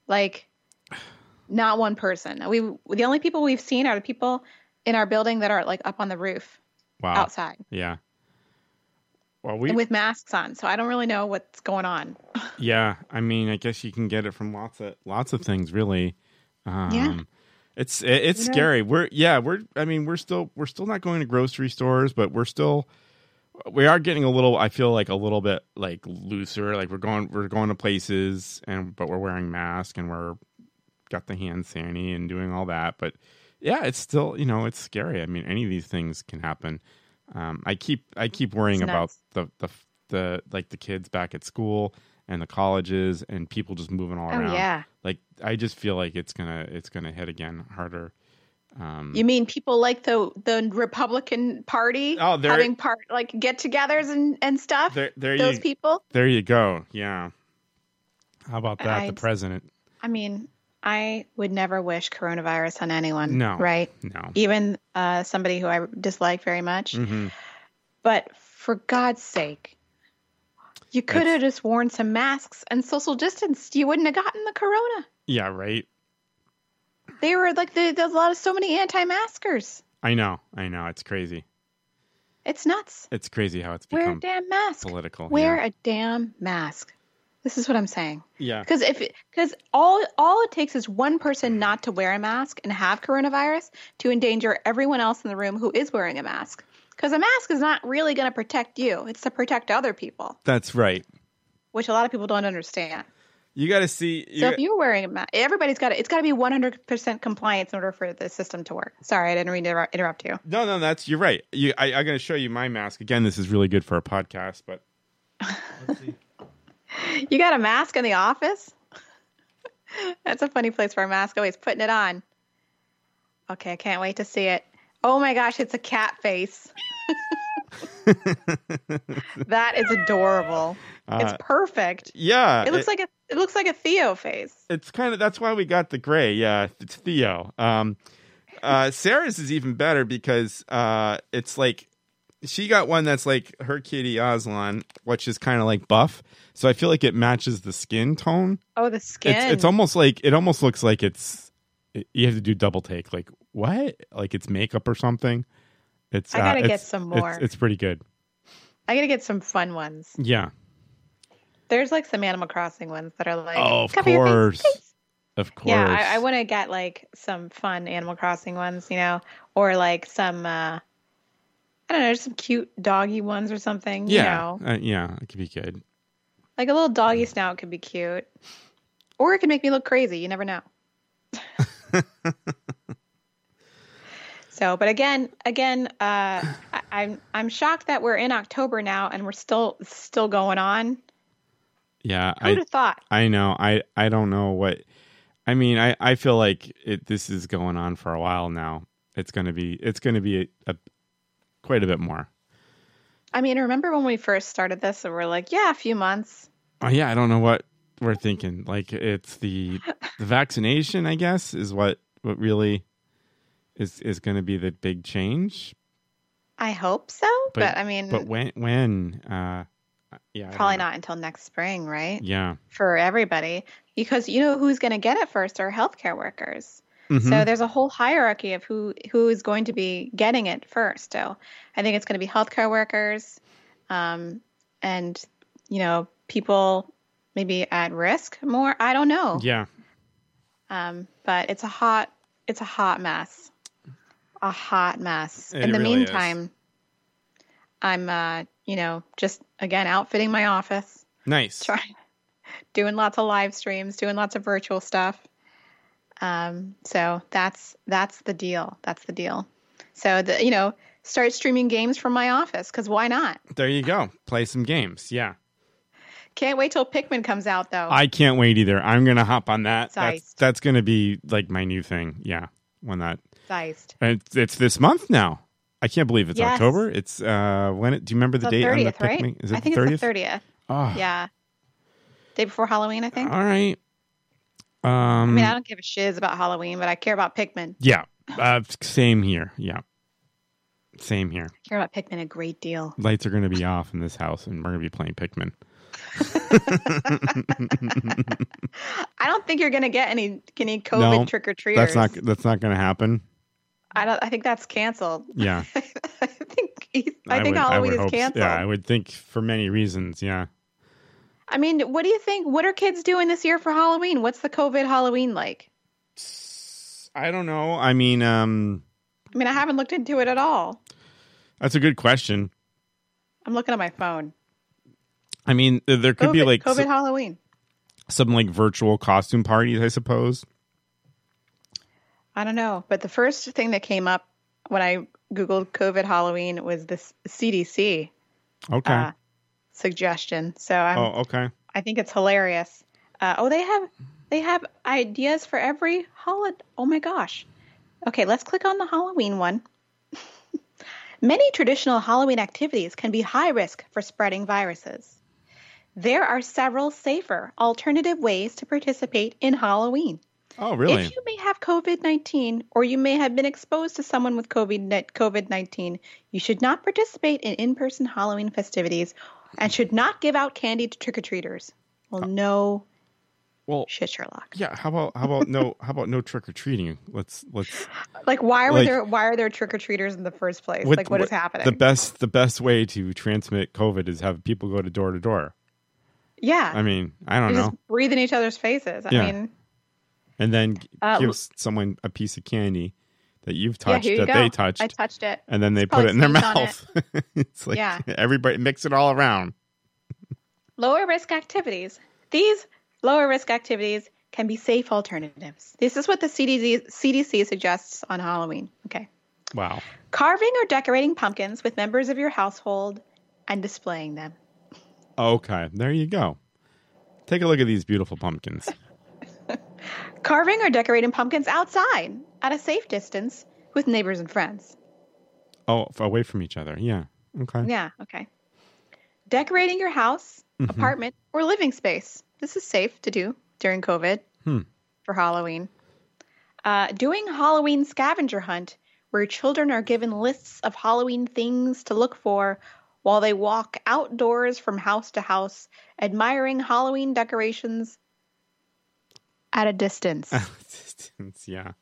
[SPEAKER 2] Like, not one person. We the only people we've seen are the people in our building that are like up on the roof
[SPEAKER 1] wow
[SPEAKER 2] outside
[SPEAKER 1] yeah well we
[SPEAKER 2] and with masks on. So I don't really know what's going on.
[SPEAKER 1] yeah i mean i guess you can get it from lots of lots of things really um it's it, it's
[SPEAKER 2] You know?
[SPEAKER 1] scary we're yeah we're i mean we're still we're still not going to grocery stores but we're still we are getting a little i feel like a little bit like looser like we're going we're going to places and but we're wearing masks and we're got the hand sanny and doing all that but yeah it's still you know it's scary i mean any of these things can happen um i keep i keep worrying
[SPEAKER 2] It's
[SPEAKER 1] about
[SPEAKER 2] nuts.
[SPEAKER 1] the the the like the kids back at school and the colleges and people just moving all
[SPEAKER 2] Oh,
[SPEAKER 1] around.
[SPEAKER 2] yeah.
[SPEAKER 1] Like I just feel like it's gonna it's gonna hit again harder. Um,
[SPEAKER 2] You mean people like the the Republican Party
[SPEAKER 1] Oh, they're-
[SPEAKER 2] having part like get-togethers and and stuff?
[SPEAKER 1] there, there
[SPEAKER 2] Those
[SPEAKER 1] you
[SPEAKER 2] people.
[SPEAKER 1] there you go. Yeah. How about that?
[SPEAKER 2] I-
[SPEAKER 1] the president?
[SPEAKER 2] I mean, I would never wish coronavirus on anyone.
[SPEAKER 1] No.
[SPEAKER 2] right?
[SPEAKER 1] No.
[SPEAKER 2] Even uh, somebody who I dislike very much.
[SPEAKER 1] hmm
[SPEAKER 2] But for God's sake, you could have just worn some masks and social distanced. You wouldn't have gotten the corona.
[SPEAKER 1] Yeah. Right.
[SPEAKER 2] They were like the, there's a lot of so many anti-maskers.
[SPEAKER 1] I know. I know. It's crazy.
[SPEAKER 2] It's nuts.
[SPEAKER 1] It's crazy how it's
[SPEAKER 2] Wear a
[SPEAKER 1] become
[SPEAKER 2] damn mask.
[SPEAKER 1] political.
[SPEAKER 2] Wear
[SPEAKER 1] yeah.
[SPEAKER 2] a damn mask. This is what I'm saying.
[SPEAKER 1] yeah.
[SPEAKER 2] Because if because all all it takes is one person not to wear a mask and have coronavirus to endanger everyone else in the room who is wearing a mask. Because a mask is not really going to protect you; it's to protect other people,
[SPEAKER 1] That's right.
[SPEAKER 2] which a lot of people don't understand.
[SPEAKER 1] You got to see.
[SPEAKER 2] So if you're wearing a mask, everybody's got to, it's got to be 100% compliance in order for the system to work. Sorry, I didn't mean to inter- interrupt you.
[SPEAKER 1] No, no, that's you're right. You, I, I'm going to show you my mask again. This is really good for a podcast, but
[SPEAKER 2] You got a mask in the office? That's a funny place for a mask. Oh, he's putting it on. Okay, I can't wait to see it. Oh my gosh, it's a cat face. that is adorable. it's
[SPEAKER 1] uh,
[SPEAKER 2] perfect.
[SPEAKER 1] yeah,
[SPEAKER 2] It looks like a it looks like a Theo face.
[SPEAKER 1] it's kind of that's why we got the gray. Yeah, it's Theo. Um, uh, Sarah's is even better because uh, it's like she got one that's like her kitty Aslan, which is kind of like buff. So I feel like it matches the skin tone.
[SPEAKER 2] Oh, the skin.
[SPEAKER 1] It's, it's almost like it almost looks like it's. It, you have to do double take. Like what? Like it's makeup or something. It's.
[SPEAKER 2] I gotta
[SPEAKER 1] uh,
[SPEAKER 2] get
[SPEAKER 1] it's-
[SPEAKER 2] some
[SPEAKER 1] it's-
[SPEAKER 2] more.
[SPEAKER 1] it's pretty good.
[SPEAKER 2] I gotta get some fun ones.
[SPEAKER 1] Yeah.
[SPEAKER 2] There's like some Animal Crossing ones that are like
[SPEAKER 1] Oh, of
[SPEAKER 2] cover your face,
[SPEAKER 1] course.
[SPEAKER 2] please.
[SPEAKER 1] Of course.
[SPEAKER 2] Yeah, I, I want to get like some fun Animal Crossing ones, you know, or like some uh I don't know, just some cute doggy ones or something.
[SPEAKER 1] Yeah,
[SPEAKER 2] You know,
[SPEAKER 1] uh, yeah, it could be good.
[SPEAKER 2] like a little doggy snout could be cute, or it could make me look crazy. You never know. so, but again, again, uh, I, I'm I'm shocked that we're in October now and we're still still going on.
[SPEAKER 1] Yeah,
[SPEAKER 2] Who'd
[SPEAKER 1] I
[SPEAKER 2] have thought?
[SPEAKER 1] I know. I I don't know what. I mean, I I feel like it. This is going on for a while now. It's gonna be. It's gonna be a, a quite a bit more.
[SPEAKER 2] I mean, remember when we first started this and we're like, yeah, a few months.
[SPEAKER 1] Oh yeah, I don't know what we're thinking. Like it's the the vaccination, I guess, is what what really is is going to be the big change.
[SPEAKER 2] I hope so, but, I mean,
[SPEAKER 1] but when when uh, yeah, I don't
[SPEAKER 2] Probably
[SPEAKER 1] know.
[SPEAKER 2] not until next spring, right?
[SPEAKER 1] Yeah.
[SPEAKER 2] For everybody, because you know who's going to get it first are healthcare workers. So
[SPEAKER 1] Mhm.
[SPEAKER 2] there's a whole hierarchy of who who is going to be getting it first. So I think it's going to be healthcare workers, um, and you know people maybe at risk more. I don't know.
[SPEAKER 1] yeah.
[SPEAKER 2] Um, but it's a hot it's a hot mess, a hot mess.
[SPEAKER 1] It
[SPEAKER 2] In the
[SPEAKER 1] really is.
[SPEAKER 2] meantime, I'm uh, you know just again outfitting my office
[SPEAKER 1] Nice.
[SPEAKER 2] trying doing lots of live streams doing lots of virtual stuff um, so that's that's the deal that's the deal so the, you know start streaming games from my office because why not
[SPEAKER 1] There you go. Play some games. Yeah.
[SPEAKER 2] can't wait till pikmin comes out though
[SPEAKER 1] I can't wait either. I'm gonna hop on that. That's
[SPEAKER 2] Zeist.
[SPEAKER 1] that's gonna be like my new thing. Yeah, when that
[SPEAKER 2] Diced.
[SPEAKER 1] and it's, it's this month now. I can't believe it's
[SPEAKER 2] Yes.
[SPEAKER 1] October. It's uh when it, do you remember the,
[SPEAKER 2] the
[SPEAKER 1] date on the
[SPEAKER 2] 30th right
[SPEAKER 1] Pikmin? Is it
[SPEAKER 2] i think
[SPEAKER 1] the
[SPEAKER 2] it's the 30th
[SPEAKER 1] Oh,
[SPEAKER 2] yeah day before halloween i think
[SPEAKER 1] All right. Um.
[SPEAKER 2] i mean i don't give a shiz about halloween but i care about pikmin
[SPEAKER 1] yeah. Uh, same here. Yeah. Same here.
[SPEAKER 2] i care about pikmin a great deal
[SPEAKER 1] Lights are gonna be off in this house, and we're gonna be playing Pikmin.
[SPEAKER 2] i don't think you're gonna get any any covid
[SPEAKER 1] No,
[SPEAKER 2] trick-or-treaters
[SPEAKER 1] That's not that's not gonna happen.
[SPEAKER 2] i don't i think that's canceled
[SPEAKER 1] Yeah.
[SPEAKER 2] I think he's, I, think
[SPEAKER 1] would-
[SPEAKER 2] Halloween
[SPEAKER 1] would
[SPEAKER 2] is
[SPEAKER 1] hope so.
[SPEAKER 2] canceled.
[SPEAKER 1] Yeah, I would think for many reasons. Yeah.
[SPEAKER 2] I mean, what do you think? What are kids doing this year for Halloween? What's the COVID Halloween like?
[SPEAKER 1] I don't know. I mean, um,
[SPEAKER 2] I mean, I haven't looked into it at all.
[SPEAKER 1] that's a good question.
[SPEAKER 2] I'm looking at my phone.
[SPEAKER 1] I mean, th- there could be
[SPEAKER 2] COVID-
[SPEAKER 1] like
[SPEAKER 2] COVID
[SPEAKER 1] s-
[SPEAKER 2] Halloween.
[SPEAKER 1] some like virtual costume parties, I suppose.
[SPEAKER 2] I don't know, but the first thing that came up when I googled COVID Halloween was the CDC
[SPEAKER 1] Okay.
[SPEAKER 2] Uh, suggestion. So I'm,
[SPEAKER 1] Oh, okay.
[SPEAKER 2] I think it's hilarious. Uh, oh, they have they have ideas for every holiday. Oh my gosh. Okay, let's click on the Halloween one. Many traditional Halloween activities can be high risk for spreading viruses. There are several safer alternative ways to participate in Halloween.
[SPEAKER 1] Oh, really?
[SPEAKER 2] If you may have COVID 19 or you may have been exposed to someone with COVID 19, you should not participate in in person Halloween festivities and should not give out candy to trick or treaters.
[SPEAKER 1] Uh,
[SPEAKER 2] Well, no
[SPEAKER 1] well,
[SPEAKER 2] shit, Sherlock.
[SPEAKER 1] yeah. How about how about no how about no trick or treating? Let's let's
[SPEAKER 2] Like, why were
[SPEAKER 1] Like-
[SPEAKER 2] there why are there trick or treaters in the first place?
[SPEAKER 1] with-
[SPEAKER 2] like, what is
[SPEAKER 1] with-
[SPEAKER 2] happening?
[SPEAKER 1] The best the best way to transmit COVID is have people go to door to door.
[SPEAKER 2] yeah,
[SPEAKER 1] I mean, I don't
[SPEAKER 2] you're
[SPEAKER 1] know.
[SPEAKER 2] just breathing each other's faces. I
[SPEAKER 1] Yeah.
[SPEAKER 2] mean,
[SPEAKER 1] And then g-
[SPEAKER 2] Uh,
[SPEAKER 1] give
[SPEAKER 2] l-
[SPEAKER 1] s- someone a piece of candy that you've
[SPEAKER 2] yeah,
[SPEAKER 1] touched
[SPEAKER 2] here
[SPEAKER 1] that
[SPEAKER 2] you go.
[SPEAKER 1] they touched,
[SPEAKER 2] I touched it.
[SPEAKER 1] and then they
[SPEAKER 2] it's
[SPEAKER 1] put it in their
[SPEAKER 2] probably
[SPEAKER 1] mouth. it's like
[SPEAKER 2] Yeah.
[SPEAKER 1] everybody mix it all around.
[SPEAKER 2] Lower risk activities. These lower risk activities can be safe alternatives. This is what the CDC, CDC suggests on Halloween. Okay.
[SPEAKER 1] Wow.
[SPEAKER 2] Carving or decorating pumpkins with members of your household and displaying them.
[SPEAKER 1] Okay, there you go. Take a look at these beautiful pumpkins.
[SPEAKER 2] Carving or decorating pumpkins outside at a safe distance with neighbors and friends.
[SPEAKER 1] Oh, f- away from each other. Yeah. Okay.
[SPEAKER 2] Yeah. Okay. Decorating your house, apartment, or living space. This is safe to do during COVID
[SPEAKER 1] Hmm.
[SPEAKER 2] for Halloween. Uh, doing Halloween scavenger hunt, where children are given lists of Halloween things to look for while they walk outdoors from house to house, admiring Halloween decorations at a distance.
[SPEAKER 1] Distance, yeah.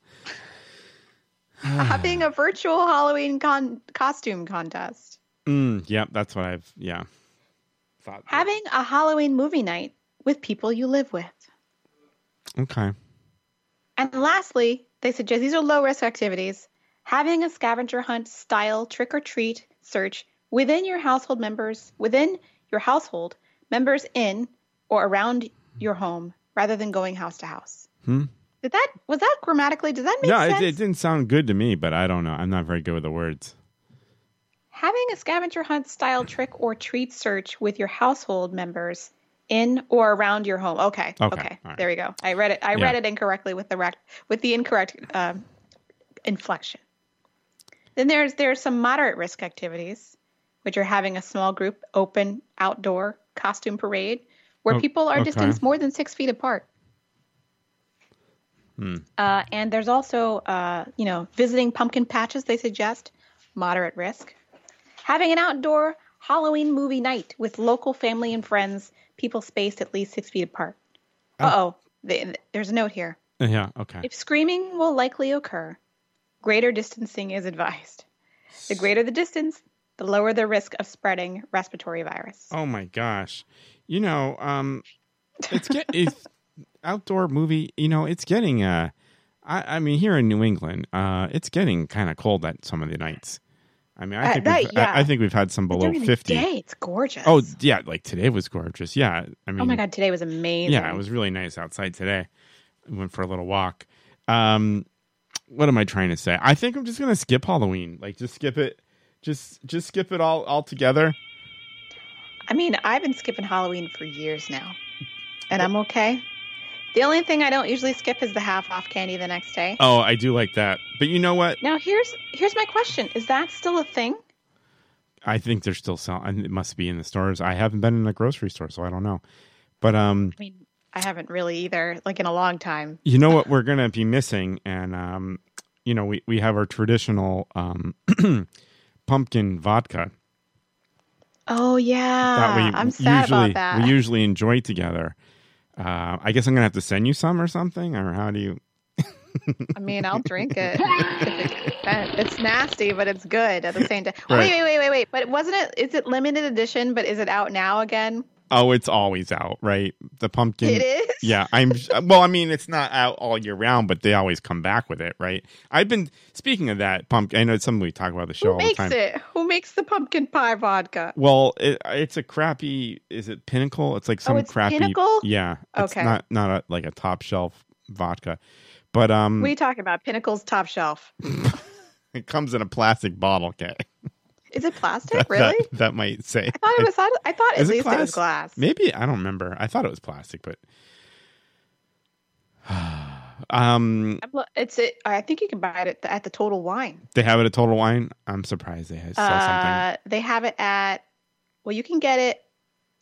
[SPEAKER 2] Having a virtual Halloween con- costume contest.
[SPEAKER 1] Mm, yep, that's what I've yeah. Thought.
[SPEAKER 2] Having a Halloween movie night with people you live with.
[SPEAKER 1] okay.
[SPEAKER 2] And lastly, they suggest these are low risk activities. Having a scavenger hunt style trick or treat search within your household members, within your household members in or around your home rather than going house to house.
[SPEAKER 1] Hmm.
[SPEAKER 2] Did that, was that grammatically, does that make
[SPEAKER 1] No,
[SPEAKER 2] sense?
[SPEAKER 1] it, it didn't sound good to me, but I don't know. I'm not very good with the words.
[SPEAKER 2] Having a scavenger hunt style trick or treat search with your household members in or around your home. Okay.
[SPEAKER 1] Okay,
[SPEAKER 2] Okay.
[SPEAKER 1] all right.
[SPEAKER 2] There we go. I read it. I
[SPEAKER 1] Yeah.
[SPEAKER 2] read it incorrectly with the rec- with the incorrect um, inflection. Then there's there's some moderate risk activities, which are having a small group open outdoor costume parade where
[SPEAKER 1] Oh,
[SPEAKER 2] people are
[SPEAKER 1] okay.
[SPEAKER 2] distanced more than six feet apart. Uh, and there's also, uh, you know, visiting pumpkin patches, they suggest, moderate risk. Having an outdoor Halloween movie night with local family and friends, people spaced at least six feet apart. Uh oh, there's a note here.
[SPEAKER 1] Uh, Yeah. Okay.
[SPEAKER 2] If screaming will likely occur, greater distancing is advised. The greater the distance, the lower the risk of spreading respiratory virus.
[SPEAKER 1] Oh my gosh. You know, um it's get it's outdoor movie, you know, it's getting uh I, I mean here in New England, uh it's getting kinda cold at some of the nights. I mean I
[SPEAKER 2] Uh,
[SPEAKER 1] think
[SPEAKER 2] that-
[SPEAKER 1] we've, I-
[SPEAKER 2] yeah.
[SPEAKER 1] I, think we've had some below
[SPEAKER 2] During the
[SPEAKER 1] fifty.
[SPEAKER 2] day, it's gorgeous.
[SPEAKER 1] Oh yeah, like today was gorgeous. Yeah. I mean
[SPEAKER 2] oh my God, today was amazing.
[SPEAKER 1] Yeah, it was really nice outside today. I went for a little walk. Um, what am I trying to say? I think I'm just gonna skip Halloween. Like, just skip it. Just, just skip it all altogether.
[SPEAKER 2] I mean, I've been skipping Halloween for years now, and I'm okay. The only thing I don't usually skip is the half off candy the next day.
[SPEAKER 1] Oh, I do like that. But you know what?
[SPEAKER 2] Now here's here's my question: Is that still a thing?
[SPEAKER 1] I think they're still selling. It must be in the stores. I haven't been in a grocery store, so I don't know. But um,
[SPEAKER 2] I mean, I haven't really either, like in a long time.
[SPEAKER 1] you know what we're gonna be missing, and um, you know we we have our traditional um, pumpkin vodka
[SPEAKER 2] Oh yeah,
[SPEAKER 1] that we
[SPEAKER 2] I'm sad
[SPEAKER 1] usually
[SPEAKER 2] about that.
[SPEAKER 1] we usually enjoy together. Uh, I guess I'm gonna have to send you some or something, or how do you?
[SPEAKER 2] I mean, I'll drink it. if it's spent. it's nasty, but it's good at the same time.
[SPEAKER 1] Right.
[SPEAKER 2] Wait, wait, wait, wait, wait! But wasn't it? Is it limited edition? But is it out now again?
[SPEAKER 1] Oh, it's always out, right? The pumpkin.
[SPEAKER 2] It is.
[SPEAKER 1] Yeah, I'm. well, I mean, it's not out all year round, but they always come back with it, right? I've been speaking of that pumpkin. I know it's something we talk about on the show
[SPEAKER 2] Who
[SPEAKER 1] all the
[SPEAKER 2] makes
[SPEAKER 1] time.
[SPEAKER 2] it? Who makes the pumpkin pie vodka?
[SPEAKER 1] Well, it, it's a crappy. Is it Pinnacle? It's like some
[SPEAKER 2] Oh, it's
[SPEAKER 1] crappy.
[SPEAKER 2] Pinnacle?
[SPEAKER 1] Yeah. It's
[SPEAKER 2] Okay.
[SPEAKER 1] Not not a, like a top shelf vodka, but um,
[SPEAKER 2] What are you talking about? Pinnacle's top shelf.
[SPEAKER 1] it comes in a plastic bottle. Okay.
[SPEAKER 2] Is it plastic? Really?
[SPEAKER 1] That, that might say.
[SPEAKER 2] I thought it was. I thought at
[SPEAKER 1] Is it
[SPEAKER 2] least it, was
[SPEAKER 1] glass?
[SPEAKER 2] glass.
[SPEAKER 1] Maybe I don't remember. I thought it was plastic, but um,
[SPEAKER 2] I'm lo- It's. It, I think you can buy it at the, at the Total Wine.
[SPEAKER 1] they have it at Total Wine. I'm surprised they had sell something.
[SPEAKER 2] Uh, they have it at. Well, you can get it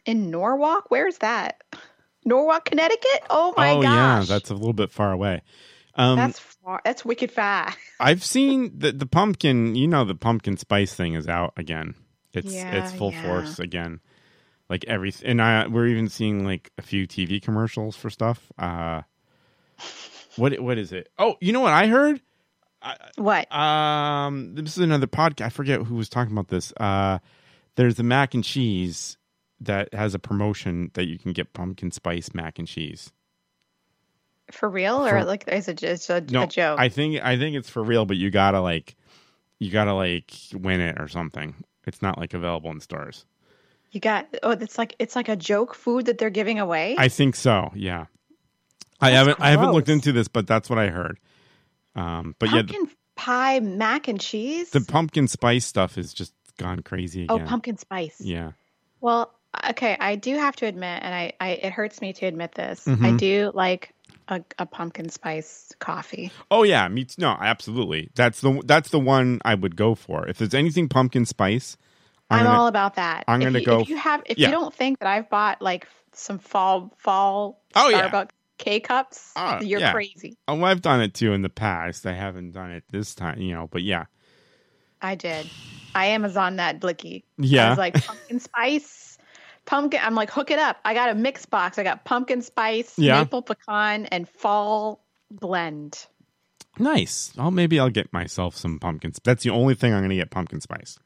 [SPEAKER 2] in Norwalk. Where's that? Norwalk, Connecticut. Oh my
[SPEAKER 1] oh yeah,
[SPEAKER 2] gosh.
[SPEAKER 1] that's a little bit far away. Um,
[SPEAKER 2] that's far. That's wicked far.
[SPEAKER 1] I've seen the the pumpkin. You know, the pumpkin spice thing is out again. It's
[SPEAKER 2] Yeah,
[SPEAKER 1] it's full
[SPEAKER 2] yeah.
[SPEAKER 1] force again. Like every and I we're even seeing like a few TV commercials for stuff. Uh, what what is it? Oh, you know what I heard?
[SPEAKER 2] What?
[SPEAKER 1] Um, this is another podcast. I forget who was talking about this. Uh, there's the mac and cheese that has a promotion that you can get pumpkin spice mac and cheese.
[SPEAKER 2] For real,
[SPEAKER 1] For-
[SPEAKER 2] or like it's a, j- it's a,
[SPEAKER 1] No,
[SPEAKER 2] a joke?
[SPEAKER 1] I think I think it's for real, but you gotta like, you gotta like win it or something. It's not like available in stores.
[SPEAKER 2] you got oh, it's like it's like a joke food that they're giving away.
[SPEAKER 1] I think so. Yeah, I haven't I haven't looked
[SPEAKER 2] gross.
[SPEAKER 1] into this, but that's what I heard. Um, but yeah,
[SPEAKER 2] pumpkin pie mac and cheese.
[SPEAKER 1] the, the pumpkin spice stuff has just gone crazy
[SPEAKER 2] oh,
[SPEAKER 1] again.
[SPEAKER 2] pumpkin spice.
[SPEAKER 1] Yeah,
[SPEAKER 2] Well, okay, I do have to admit, and I, I it hurts me to admit this. I
[SPEAKER 1] Mhm.
[SPEAKER 2] do like a, a pumpkin spice coffee.
[SPEAKER 1] Oh yeah, me too. No, absolutely. That's the that's the one I would go for. If there's anything pumpkin spice,
[SPEAKER 2] I'm,
[SPEAKER 1] gonna-
[SPEAKER 2] all about that.
[SPEAKER 1] I'm
[SPEAKER 2] If
[SPEAKER 1] gonna
[SPEAKER 2] you-
[SPEAKER 1] go-
[SPEAKER 2] If you have, if
[SPEAKER 1] yeah.
[SPEAKER 2] you don't think that I've bought like some fall fall
[SPEAKER 1] Oh, yeah.
[SPEAKER 2] Starbucks K cups,
[SPEAKER 1] Ah,
[SPEAKER 2] you're
[SPEAKER 1] yeah.
[SPEAKER 2] crazy.
[SPEAKER 1] oh, I've done it too in the past. I haven't done it this time, you know. But yeah,
[SPEAKER 2] I did. I Amazon that blicky. I
[SPEAKER 1] Yeah.
[SPEAKER 2] was like pumpkin spice, pumpkin. I'm like hook it up. I got a mix box. I got pumpkin spice,
[SPEAKER 1] Yeah.
[SPEAKER 2] maple pecan, and fall blend.
[SPEAKER 1] nice. Oh, maybe I'll get myself some pumpkin. sp- That's the only thing I'm gonna get pumpkin spice.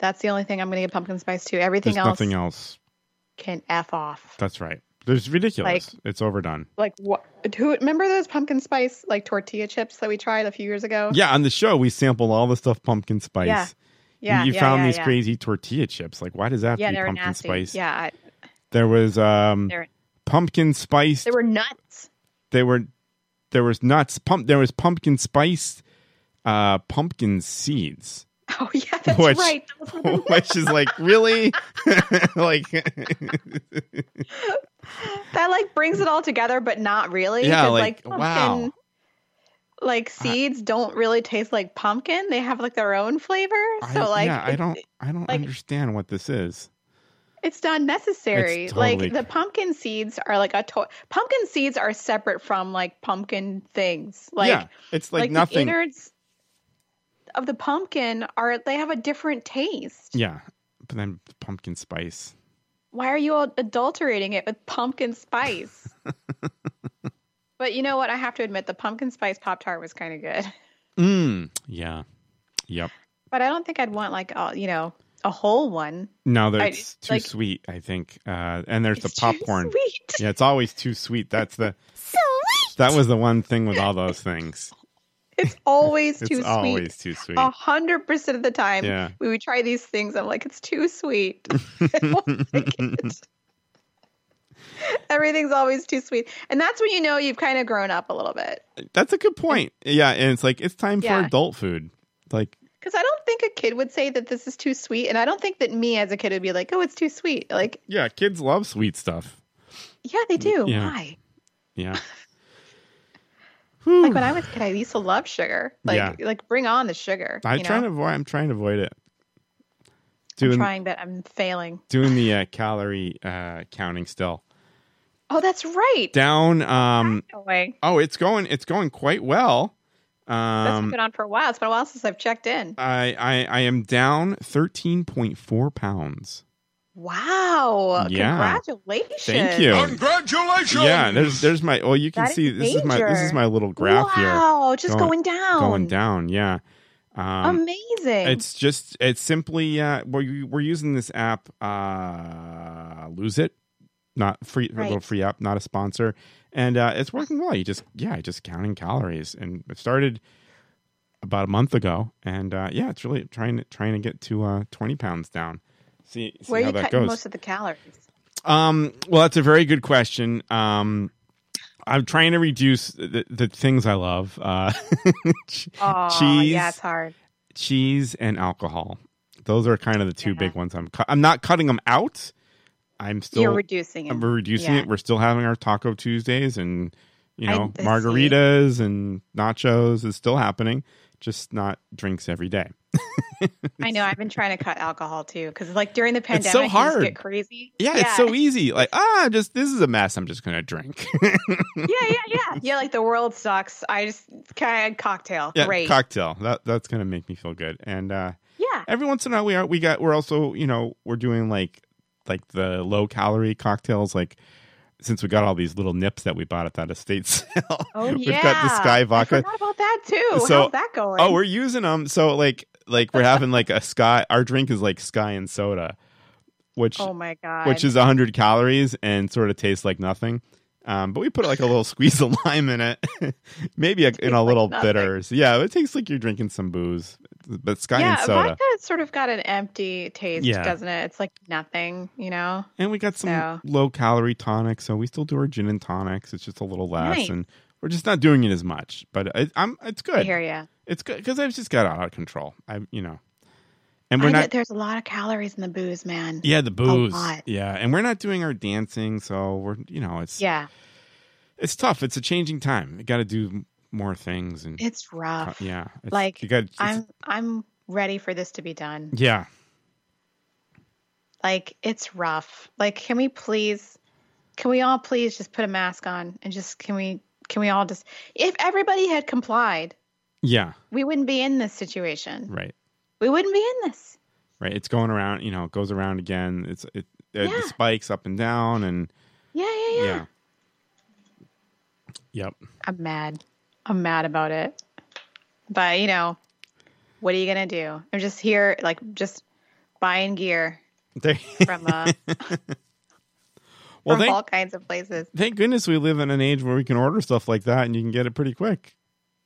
[SPEAKER 2] That's the only thing I'm going to get pumpkin spice to. Everything
[SPEAKER 1] there's
[SPEAKER 2] else,
[SPEAKER 1] nothing else.
[SPEAKER 2] can f off.
[SPEAKER 1] That's right. There's ridiculous. it's overdone.
[SPEAKER 2] Like what? Who remember those pumpkin spice like tortilla chips that we tried a few years ago?
[SPEAKER 1] Yeah, on the show we sampled all the stuff pumpkin spice.
[SPEAKER 2] Yeah.
[SPEAKER 1] You-
[SPEAKER 2] yeah.
[SPEAKER 1] you
[SPEAKER 2] yeah,
[SPEAKER 1] found
[SPEAKER 2] yeah,
[SPEAKER 1] these
[SPEAKER 2] yeah.
[SPEAKER 1] crazy tortilla chips. Like, why does that have
[SPEAKER 2] Yeah,
[SPEAKER 1] to be
[SPEAKER 2] they were
[SPEAKER 1] pumpkin
[SPEAKER 2] nasty.
[SPEAKER 1] spice?
[SPEAKER 2] Yeah, I-
[SPEAKER 1] There was um,
[SPEAKER 2] They're-
[SPEAKER 1] pumpkin spice
[SPEAKER 2] they were nuts.
[SPEAKER 1] they were there was nuts pump there was pumpkin spice uh pumpkin seeds
[SPEAKER 2] Oh yeah, that's
[SPEAKER 1] Which-
[SPEAKER 2] right. Those were the-
[SPEAKER 1] which is like really like
[SPEAKER 2] that like brings it all together, but not really.
[SPEAKER 1] yeah
[SPEAKER 2] 'cause,
[SPEAKER 1] like, wow
[SPEAKER 2] pumpkin- Like seeds don't really taste like pumpkin. They have like their own flavor.
[SPEAKER 1] I,
[SPEAKER 2] So like
[SPEAKER 1] yeah i
[SPEAKER 2] it-
[SPEAKER 1] don't i don't
[SPEAKER 2] like-
[SPEAKER 1] understand what this is
[SPEAKER 2] It's not necessary.
[SPEAKER 1] It's totally-
[SPEAKER 2] Like the pumpkin seeds are like a to- pumpkin seeds are separate from like pumpkin things. Like
[SPEAKER 1] yeah it's like,
[SPEAKER 2] like the
[SPEAKER 1] nothing
[SPEAKER 2] innards of the pumpkin are they have a different taste.
[SPEAKER 1] yeah but then pumpkin spice
[SPEAKER 2] Why are you all adulterating it with pumpkin spice? but you know what? I have to admit the pumpkin spice pop tart was kind of good.
[SPEAKER 1] mm yeah yep
[SPEAKER 2] But I don't think I'd want like a, you know a whole one.
[SPEAKER 1] no
[SPEAKER 2] I-
[SPEAKER 1] that's
[SPEAKER 2] it's
[SPEAKER 1] too
[SPEAKER 2] like-
[SPEAKER 1] sweet i think uh and there's
[SPEAKER 2] It's
[SPEAKER 1] the
[SPEAKER 2] too
[SPEAKER 1] popcorn
[SPEAKER 2] sweet.
[SPEAKER 1] yeah it's always too sweet that's the
[SPEAKER 4] Sweet.
[SPEAKER 1] that was the one thing with all those things
[SPEAKER 2] It's always
[SPEAKER 1] it's
[SPEAKER 2] too sweet. Ah.
[SPEAKER 1] always too sweet
[SPEAKER 2] A hundred percent of the time,
[SPEAKER 1] Yeah.
[SPEAKER 2] we would try these things. I'm like, it's too sweet. I don't like it. Everything's always too sweet, and that's when you know you've kind of grown up a little bit.
[SPEAKER 1] That's a good point. Yeah, and it's like it's time for
[SPEAKER 2] Yeah.
[SPEAKER 1] adult food. Like
[SPEAKER 2] Because I don't think a kid would say that this is too sweet, and I don't think that me as a kid would be like, oh, it's too sweet. Like,
[SPEAKER 1] yeah, kids love sweet stuff.
[SPEAKER 2] yeah, they do.
[SPEAKER 1] Yeah.
[SPEAKER 2] Why?
[SPEAKER 1] Yeah.
[SPEAKER 2] Like when I was a kid, I used to love sugar. Like,
[SPEAKER 1] Yeah.
[SPEAKER 2] like bring on the sugar.
[SPEAKER 1] I
[SPEAKER 2] you
[SPEAKER 1] try to
[SPEAKER 2] know?
[SPEAKER 1] avoid I'm trying to avoid it.
[SPEAKER 2] I'm
[SPEAKER 1] Doing
[SPEAKER 2] trying, but I'm failing.
[SPEAKER 1] doing the uh, calorie uh counting still.
[SPEAKER 2] Oh, that's right.
[SPEAKER 1] Down um
[SPEAKER 2] No way.
[SPEAKER 1] oh, it's going it's going quite well.
[SPEAKER 2] That's
[SPEAKER 1] Um
[SPEAKER 2] been on for a while. It's been a while since I've checked in.
[SPEAKER 1] I, I I am down 13.4 pounds.
[SPEAKER 2] Wow.
[SPEAKER 1] Yeah.
[SPEAKER 2] Congratulations.
[SPEAKER 1] Thank you.
[SPEAKER 6] Congratulations!
[SPEAKER 1] Yeah, there's there's my well you can
[SPEAKER 2] That is
[SPEAKER 1] see this is my this is
[SPEAKER 2] major.
[SPEAKER 1] my little graph here
[SPEAKER 2] Wow, just
[SPEAKER 1] Going-
[SPEAKER 2] going, down.
[SPEAKER 1] going down. Yeah. Um,
[SPEAKER 2] Amazing.
[SPEAKER 1] It's just it's simply uh, we're we're using this app, uh, lose it, not free a little
[SPEAKER 2] Right.
[SPEAKER 1] free app, not a sponsor, and uh, it's working well. You just yeah, just counting calories, and it started about a month ago, and uh, yeah, it's really trying to trying to get to uh, twenty pounds down. See, see
[SPEAKER 2] Where are
[SPEAKER 1] how
[SPEAKER 2] you
[SPEAKER 1] that
[SPEAKER 2] cutting
[SPEAKER 1] goes.
[SPEAKER 2] most of the calories?
[SPEAKER 1] Um, well, that's a very good question. Um, I'm trying to reduce the, the things I love. Uh,
[SPEAKER 2] Oh,
[SPEAKER 1] Cheese.
[SPEAKER 2] yeah, it's hard.
[SPEAKER 1] cheese and alcohol Those are kind of the two
[SPEAKER 2] Yeah.
[SPEAKER 1] big ones. I'm cu- I'm not cutting them out. I'm still
[SPEAKER 2] You're reducing it.
[SPEAKER 1] we're reducing
[SPEAKER 2] Yeah.
[SPEAKER 1] it. We're still having our Taco Tuesdays and you know
[SPEAKER 2] I- I see.
[SPEAKER 1] margaritas and nachos is still happening, just not drinks every day.
[SPEAKER 2] I know. I've been trying to cut alcohol too, because like during the pandemic,
[SPEAKER 1] It's so
[SPEAKER 2] you
[SPEAKER 1] hard.
[SPEAKER 2] just get crazy.
[SPEAKER 1] Yeah, it's so easy. Like ah, just this is a mess. I'm just gonna drink.
[SPEAKER 2] yeah, yeah, yeah, yeah. Like the world sucks. I just kind of cocktail.
[SPEAKER 1] yeah,
[SPEAKER 2] Great.
[SPEAKER 1] cocktail. That that's gonna make me feel good. And uh,
[SPEAKER 2] yeah.
[SPEAKER 1] every once in a while we are we got we're also you know we're doing like like the low calorie cocktails like. Since we got all these little nips that we bought at that estate sale,
[SPEAKER 2] Oh yeah.
[SPEAKER 1] we've got the sky vodka.
[SPEAKER 2] I forgot about that too.
[SPEAKER 1] So-
[SPEAKER 2] How's that going?
[SPEAKER 1] Oh, we're using them. So like like we're having like a sky. Our drink is like sky and soda, which
[SPEAKER 2] Oh my god.
[SPEAKER 1] which is hundred calories and sort of tastes like nothing. Um, but we put like a little squeeze of lime in it, maybe a, in a little
[SPEAKER 2] nothing.
[SPEAKER 1] bitters. Yeah, it tastes like you're drinking some booze. But sky
[SPEAKER 2] yeah,
[SPEAKER 1] and soda,
[SPEAKER 2] vodka has sort of got an empty taste,
[SPEAKER 1] Yeah.
[SPEAKER 2] doesn't it? It's like nothing, you know.
[SPEAKER 1] and we got some
[SPEAKER 2] so-
[SPEAKER 1] low calorie tonics. So we still do our gin and tonics. It's just a little less,
[SPEAKER 2] Nice.
[SPEAKER 1] and we're just not doing it as much. But it, I'm it's
[SPEAKER 2] I
[SPEAKER 1] good.
[SPEAKER 2] hear you.
[SPEAKER 1] It's good because I've just got out of control. I you know, and we're
[SPEAKER 2] I
[SPEAKER 1] not.
[SPEAKER 2] get there's a lot of calories in the booze, man.
[SPEAKER 1] Yeah, the booze.
[SPEAKER 2] lot.
[SPEAKER 1] Yeah, and we're not doing our dancing, so we're you know it's
[SPEAKER 2] Yeah,
[SPEAKER 1] it's tough. It's a changing time. You got to do m- more things and
[SPEAKER 2] it's rough.
[SPEAKER 1] uh, yeah, it's-
[SPEAKER 2] Like,
[SPEAKER 1] you got
[SPEAKER 2] I'm I'm ready for this to be done.
[SPEAKER 1] yeah.
[SPEAKER 2] Like it's rough. Like can we please can we all please just put a mask on and just can we can we all just if everybody had complied,
[SPEAKER 1] Yeah,
[SPEAKER 2] we wouldn't be in this situation.
[SPEAKER 1] right.
[SPEAKER 2] We wouldn't be in this.
[SPEAKER 1] Right. It's going around, you know, it goes around again. It's it, it
[SPEAKER 2] Yeah.
[SPEAKER 1] spikes up and down and
[SPEAKER 2] Yeah, yeah, yeah.
[SPEAKER 1] yeah. Yep.
[SPEAKER 2] I'm mad. I'm mad about it. But you know, what are you gonna do? I'm just here like just buying gear
[SPEAKER 1] There-
[SPEAKER 2] from uh
[SPEAKER 1] well,
[SPEAKER 2] from all
[SPEAKER 1] thank,
[SPEAKER 2] kinds of places.
[SPEAKER 1] thank goodness we live in an age where we can order stuff like that and you can get it pretty quick.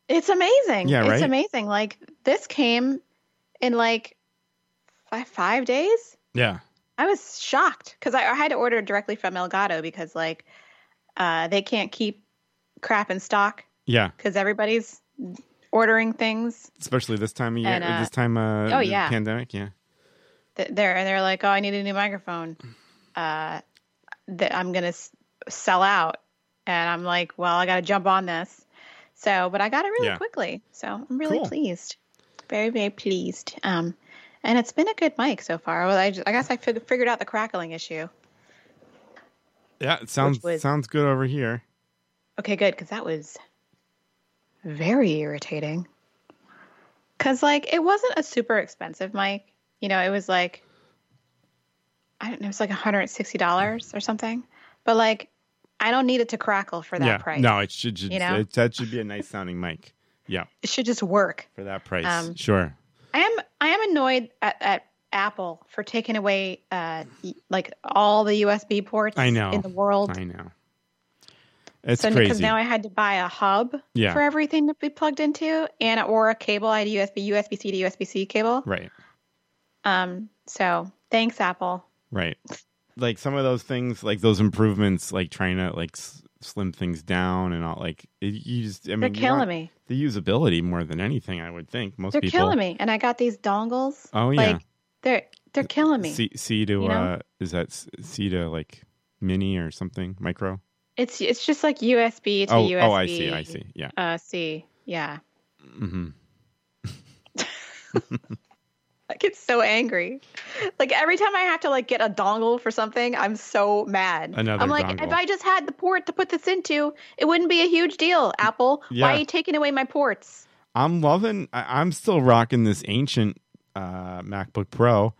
[SPEAKER 2] It's amazing.
[SPEAKER 1] Yeah, right?
[SPEAKER 2] It's amazing. Like this came in like five, five days.
[SPEAKER 1] Yeah.
[SPEAKER 2] I was shocked because I, I had to order directly from Elgato because like uh, they can't keep crap in stock
[SPEAKER 1] Yeah.
[SPEAKER 2] because everybody's ordering things
[SPEAKER 1] Especially this time of year,
[SPEAKER 2] And, uh,
[SPEAKER 1] this time uh
[SPEAKER 2] oh, yeah.
[SPEAKER 1] pandemic, yeah.
[SPEAKER 2] th- there and they're like, oh, I need a new microphone. Uh, that I'm gonna s- sell out, and I'm like, well, I got to jump on this. So, but I got it really
[SPEAKER 1] Yeah.
[SPEAKER 2] quickly, so I'm really
[SPEAKER 1] Cool.
[SPEAKER 2] pleased, very very pleased. Um, and it's been a good mic so far. Well, I, just, I guess I fig- figured out the crackling issue.
[SPEAKER 1] Yeah, it sounds
[SPEAKER 2] was-
[SPEAKER 1] sounds good over here.
[SPEAKER 2] Okay, good, because that was very irritating. Because, like, it wasn't a super expensive mic. You know, it was like, I don't know, it's like $160 or something. But, like, I don't need it to crackle for that
[SPEAKER 1] yeah.
[SPEAKER 2] price.
[SPEAKER 1] No, it should, should
[SPEAKER 2] You know?
[SPEAKER 1] it, that should be a nice sounding mic. Yeah,
[SPEAKER 2] It should just work.
[SPEAKER 1] for that price.
[SPEAKER 2] Um,
[SPEAKER 1] sure.
[SPEAKER 2] I am I am annoyed at, at Apple for taking away, uh, y- like, all the USB ports
[SPEAKER 1] I know.
[SPEAKER 2] in the world.
[SPEAKER 1] I know. It's
[SPEAKER 2] so because
[SPEAKER 1] crazy.
[SPEAKER 2] now I had to buy a hub
[SPEAKER 1] Yeah.
[SPEAKER 2] for everything to be plugged into, and or a cable. I had a USB USB C to USB C cable.
[SPEAKER 1] right.
[SPEAKER 2] Um, so thanks, Apple.
[SPEAKER 1] Right. Like some of those things, like those improvements, like trying to like s- slim things down and all. Like it, you just, I mean,
[SPEAKER 2] They're
[SPEAKER 1] you
[SPEAKER 2] killing
[SPEAKER 1] want
[SPEAKER 2] me.
[SPEAKER 1] The usability more than anything, I would think. Most
[SPEAKER 2] They're
[SPEAKER 1] people.
[SPEAKER 2] killing me. And I got these dongles.
[SPEAKER 1] Oh yeah.
[SPEAKER 2] like they're they're killing me.
[SPEAKER 1] C, C to
[SPEAKER 2] you know?
[SPEAKER 1] uh, is that S- C to like mini or something micro?
[SPEAKER 2] it's it's just like USB to
[SPEAKER 1] oh,
[SPEAKER 2] USB.
[SPEAKER 1] oh, I see, I see. Yeah.
[SPEAKER 2] Uh, C. Yeah.
[SPEAKER 1] hmm
[SPEAKER 2] I get so angry. Like every time I have to like get a dongle for something, I'm so mad.
[SPEAKER 1] Another
[SPEAKER 2] I'm like,
[SPEAKER 1] dongle.
[SPEAKER 2] if I just had the port to put this into, it wouldn't be a huge deal. Apple, why
[SPEAKER 1] Yeah.
[SPEAKER 2] are you taking away my ports?
[SPEAKER 1] I'm loving. I, I'm still rocking this ancient uh, MacBook Pro,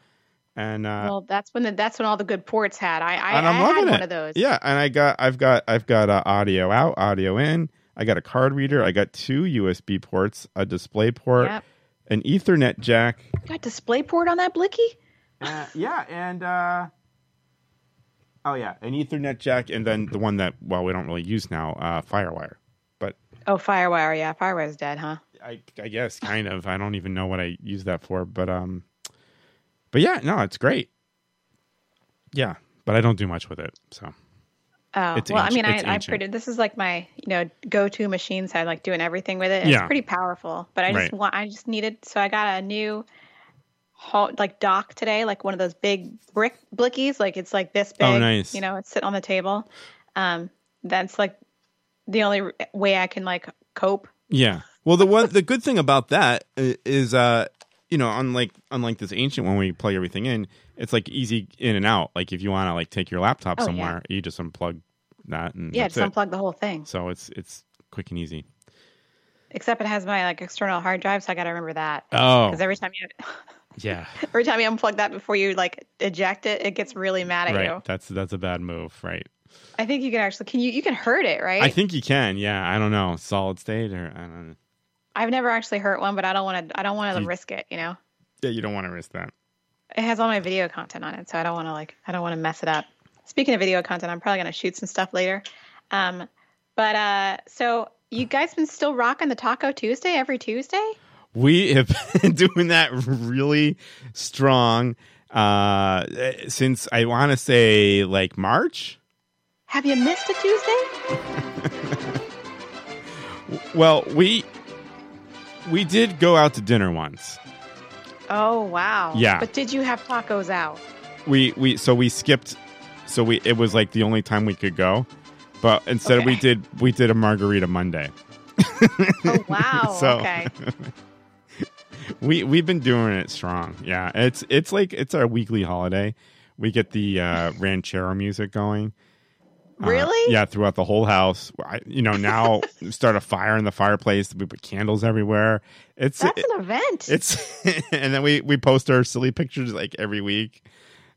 [SPEAKER 1] and uh,
[SPEAKER 2] well, that's when the, that's when all the good ports had. I I,
[SPEAKER 1] and I'm
[SPEAKER 2] I
[SPEAKER 1] loving
[SPEAKER 2] had
[SPEAKER 1] it.
[SPEAKER 2] one of those.
[SPEAKER 1] Yeah, and I got, I've got, I've got uh, audio out, audio in. I got a card reader. I got two USB ports, a display port,
[SPEAKER 2] Yep.
[SPEAKER 1] an Ethernet jack.
[SPEAKER 2] Got display port on that blicky?
[SPEAKER 1] Uh, yeah, and uh, oh yeah, an Ethernet jack, and then the one that well we don't really use now, uh, FireWire. But
[SPEAKER 2] Oh, FireWire, yeah, FireWire's dead, huh?
[SPEAKER 1] I, I guess kind of. I don't even know what I use that for, but um, but yeah, no, it's great. Yeah, but I don't do much with it. So
[SPEAKER 2] Oh,
[SPEAKER 1] It's
[SPEAKER 2] well,
[SPEAKER 1] anci-
[SPEAKER 2] I mean,
[SPEAKER 1] it's
[SPEAKER 2] I, I
[SPEAKER 1] ancient.
[SPEAKER 2] pretty. This is like my you know go-to machine, so I like doing everything with it. and
[SPEAKER 1] Yeah.
[SPEAKER 2] It's pretty powerful, but I just
[SPEAKER 1] Right.
[SPEAKER 2] want, I just needed, so I got a new hall, like dock today, like one of those big brick blickies, like it's like this big.
[SPEAKER 1] Oh, nice.
[SPEAKER 2] You know, it's sitting on the table. Um, that's like the only r- way I can like cope.
[SPEAKER 1] Yeah. Well, the one the good thing about that i- is, uh, you know, unlike unlike this ancient one where you plug everything in, it's like easy in and out. Like if you want to like take your laptop
[SPEAKER 2] Oh, yeah.
[SPEAKER 1] somewhere, you just unplug that and
[SPEAKER 2] Yeah,
[SPEAKER 1] that's
[SPEAKER 2] just
[SPEAKER 1] it.
[SPEAKER 2] unplug the whole thing.
[SPEAKER 1] So it's it's quick and easy.
[SPEAKER 2] Except it has my like external hard drive, so I got to remember that.
[SPEAKER 1] Oh,
[SPEAKER 2] Because every time you
[SPEAKER 1] yeah,
[SPEAKER 2] every time you unplug that before you like eject it, it gets really mad at you.
[SPEAKER 1] right. That's that's a bad move, right?
[SPEAKER 2] I think you can actually can you you can hurt it, right?
[SPEAKER 1] I think you can. Yeah, I don't know, solid state or I don't know.
[SPEAKER 2] I've never actually hurt one, but I don't want to. I don't want to
[SPEAKER 1] You-
[SPEAKER 2] risk it. You know,
[SPEAKER 1] Yeah, you don't want to risk that.
[SPEAKER 2] it has all my video content on it, so I don't want to like. I don't want to mess it up. Speaking of video content, I'm probably gonna shoot some stuff later. Um, but uh, so you guys been still rocking the Taco Tuesday every Tuesday?
[SPEAKER 1] We have been doing that really strong uh, since I want to say like March.
[SPEAKER 2] Have you missed a Tuesday?
[SPEAKER 1] Well, we we did go out to dinner once.
[SPEAKER 2] Oh wow!
[SPEAKER 1] Yeah.
[SPEAKER 2] But did you have tacos out?
[SPEAKER 1] We we so we skipped so we it was like the only time we could go. But instead we
[SPEAKER 2] Okay.
[SPEAKER 1] did we did a margarita Monday.
[SPEAKER 2] Oh wow!
[SPEAKER 1] So-
[SPEAKER 2] okay.
[SPEAKER 1] We we've been doing it strong. Yeah. It's it's like it's our weekly holiday. We get the uh, ranchero music going. Uh,
[SPEAKER 2] Really?
[SPEAKER 1] yeah, throughout the whole house. I, you know, now start a fire in the fireplace. We put candles everywhere. It's
[SPEAKER 2] That's an event.
[SPEAKER 1] It's and then we we post our silly pictures like every week,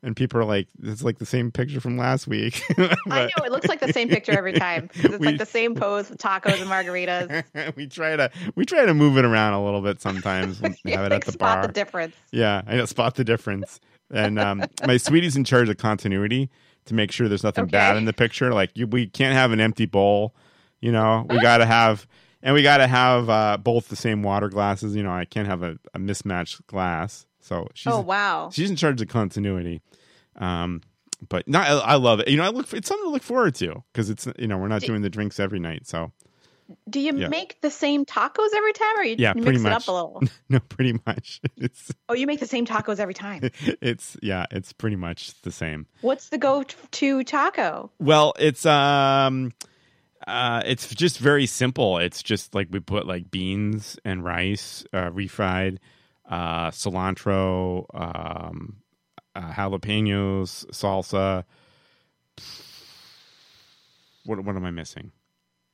[SPEAKER 1] and people are like, "It's like the same picture from last week."
[SPEAKER 2] I know it looks like the same picture every time. 'cause It's
[SPEAKER 1] We-
[SPEAKER 2] like the same pose with tacos and margaritas.
[SPEAKER 1] we try to we try to move it around a little bit sometimes. and
[SPEAKER 2] You,
[SPEAKER 1] have it
[SPEAKER 2] like,
[SPEAKER 1] at the
[SPEAKER 2] spot
[SPEAKER 1] bar.
[SPEAKER 2] the difference.
[SPEAKER 1] yeah, I know, spot the difference. And um, my sweetie's in charge of continuity to make sure there's nothing
[SPEAKER 2] Okay.
[SPEAKER 1] bad in the picture. Like you, we can't have an empty bowl. You know, we got to have. And we got to have uh, both the same water glasses. You know, I can't have a, a mismatched glass. So she's
[SPEAKER 2] oh wow!
[SPEAKER 1] She's in charge of continuity. Um, but not, I, I love it. You know, I look. It's something to look forward to because it's you know we're not doing the drinks every night, so
[SPEAKER 2] Do you
[SPEAKER 1] Yeah.
[SPEAKER 2] make the same tacos every time, or you
[SPEAKER 1] Yeah,
[SPEAKER 2] you
[SPEAKER 1] pretty
[SPEAKER 2] mix
[SPEAKER 1] much.
[SPEAKER 2] it up a little?
[SPEAKER 1] no, pretty much. It's
[SPEAKER 2] Oh, you make the same tacos every time.
[SPEAKER 1] it's yeah, it's pretty much the same.
[SPEAKER 2] What's the go-to taco?
[SPEAKER 1] Well, it's um, uh, it's just very simple. It's just like we put like beans and rice, uh, refried, uh, cilantro, um, uh, jalapenos, salsa. What what am I missing?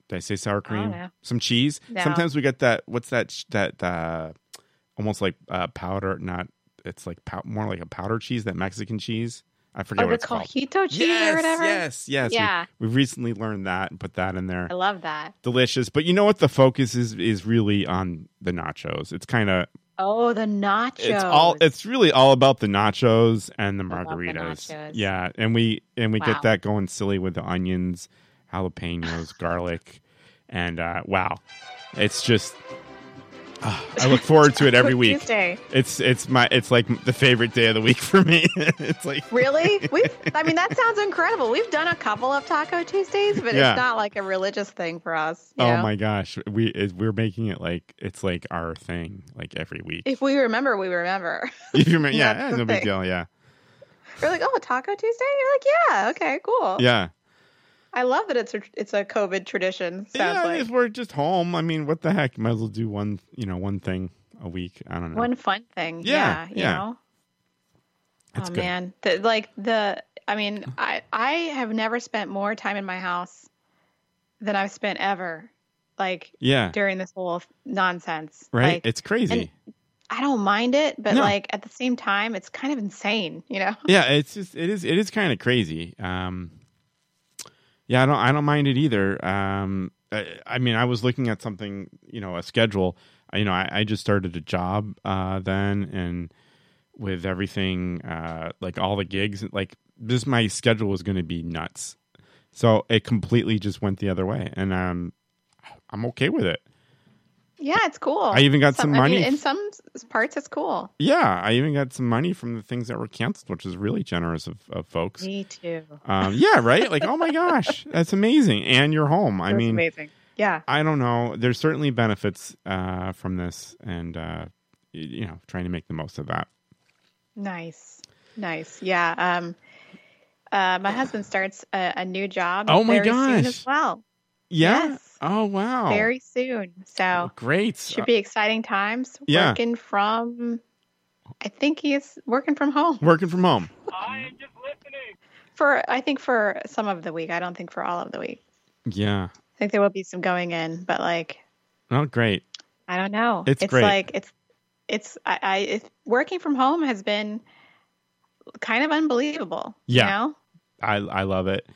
[SPEAKER 1] Did I say sour cream?
[SPEAKER 2] know.
[SPEAKER 1] Some cheese.
[SPEAKER 2] No.
[SPEAKER 1] Sometimes we get that. What's that? sh- That uh, almost like uh, powder. Not. It's like pow- more like a powder cheese. That Mexican cheese. I forget
[SPEAKER 2] Oh,
[SPEAKER 1] what
[SPEAKER 2] the
[SPEAKER 1] it's called.
[SPEAKER 2] cojito cheese
[SPEAKER 1] yes,
[SPEAKER 2] or whatever.
[SPEAKER 1] Yes, yes. We-
[SPEAKER 2] Yeah.
[SPEAKER 1] We've recently learned that and put that in there.
[SPEAKER 2] I love that.
[SPEAKER 1] Delicious. But you know what the focus is is really on the nachos. It's kind of
[SPEAKER 2] Oh, the nachos.
[SPEAKER 1] it's all it's really all about the nachos and the
[SPEAKER 2] love the
[SPEAKER 1] margaritas.
[SPEAKER 2] nachos.
[SPEAKER 1] Yeah, and we and we
[SPEAKER 2] Wow.
[SPEAKER 1] get that going silly with the onions, jalapenos, garlic and uh wow. It's just ah, I look forward to it every week.
[SPEAKER 2] Tuesday.
[SPEAKER 1] It's it's my it's like the favorite day of the week for me. it's like
[SPEAKER 2] Really? We? I mean, that sounds incredible. We've done a couple of Taco Tuesdays, but
[SPEAKER 1] Yeah.
[SPEAKER 2] it's not like a religious thing for us. you
[SPEAKER 1] Oh
[SPEAKER 2] know?
[SPEAKER 1] my gosh, we it, we're making it like it's like our thing, like every week.
[SPEAKER 2] If we remember, we remember.
[SPEAKER 1] If you remember, yeah,
[SPEAKER 2] That's
[SPEAKER 1] eh,
[SPEAKER 2] the
[SPEAKER 1] no big
[SPEAKER 2] thing.
[SPEAKER 1] deal, yeah,
[SPEAKER 2] We're like, oh, Taco Tuesday. You're like, yeah, okay, cool.
[SPEAKER 1] yeah.
[SPEAKER 2] I love that it's a it's a COVID tradition. Sounds
[SPEAKER 1] yeah,
[SPEAKER 2] like
[SPEAKER 1] if we're just home, I mean, what the heck? Might as well do one, you know, one thing a week. I don't know.
[SPEAKER 2] one fun thing.
[SPEAKER 1] Yeah,
[SPEAKER 2] Yeah,
[SPEAKER 1] yeah.
[SPEAKER 2] you know.
[SPEAKER 1] That's
[SPEAKER 2] oh
[SPEAKER 1] good.
[SPEAKER 2] man, the, like the I mean, I I have never spent more time in my house than I've spent ever, like
[SPEAKER 1] yeah,
[SPEAKER 2] during this whole nonsense.
[SPEAKER 1] right.
[SPEAKER 2] Like,
[SPEAKER 1] it's crazy.
[SPEAKER 2] I don't mind it, but
[SPEAKER 1] No.
[SPEAKER 2] like at the same time, it's kind of insane. You know,
[SPEAKER 1] yeah, it's just it is it is kind of crazy. Um, yeah, I don't I don't mind it either. Um, I, I mean, I was looking at something, you know, a schedule. I- You know, I, I just started a job uh, then, and with everything, uh, like all the gigs, like this, my schedule was going to be nuts. So it completely just went the other way, and um, I'm okay with it.
[SPEAKER 2] yeah, it's cool.
[SPEAKER 1] I even got some
[SPEAKER 2] I mean,
[SPEAKER 1] money.
[SPEAKER 2] in some s- parts, it's cool.
[SPEAKER 1] Yeah, I even got some money from the things that were canceled, which is really generous of, of folks.
[SPEAKER 2] Me too.
[SPEAKER 1] Um, yeah, right. Like, oh my gosh, that's amazing. And you're home. I mean,
[SPEAKER 2] amazing. Yeah.
[SPEAKER 1] I don't know. There's certainly benefits uh, from this, and uh, y- you know, trying to make the most of that.
[SPEAKER 2] Nice, nice. Yeah. Um, uh, my husband starts a, a new job.
[SPEAKER 1] Oh my
[SPEAKER 2] very soon
[SPEAKER 1] gosh.
[SPEAKER 2] as well,
[SPEAKER 1] Yeah.
[SPEAKER 2] Yes.
[SPEAKER 1] Oh wow.
[SPEAKER 2] very soon. So
[SPEAKER 1] great.
[SPEAKER 2] should be exciting times.
[SPEAKER 1] Yeah.
[SPEAKER 2] Working from, I think he's working from home
[SPEAKER 1] Uh, working from home.
[SPEAKER 7] I am just listening.
[SPEAKER 2] for I think for some of the week. I don't think for all of the week.
[SPEAKER 1] Yeah.
[SPEAKER 2] I think there will be some going in, but like
[SPEAKER 1] Oh great.
[SPEAKER 2] I don't know.
[SPEAKER 1] It's great.
[SPEAKER 2] like it's it's I, I it's, working from home has been kind of unbelievable.
[SPEAKER 1] Yeah.
[SPEAKER 2] You know?
[SPEAKER 1] I I love it.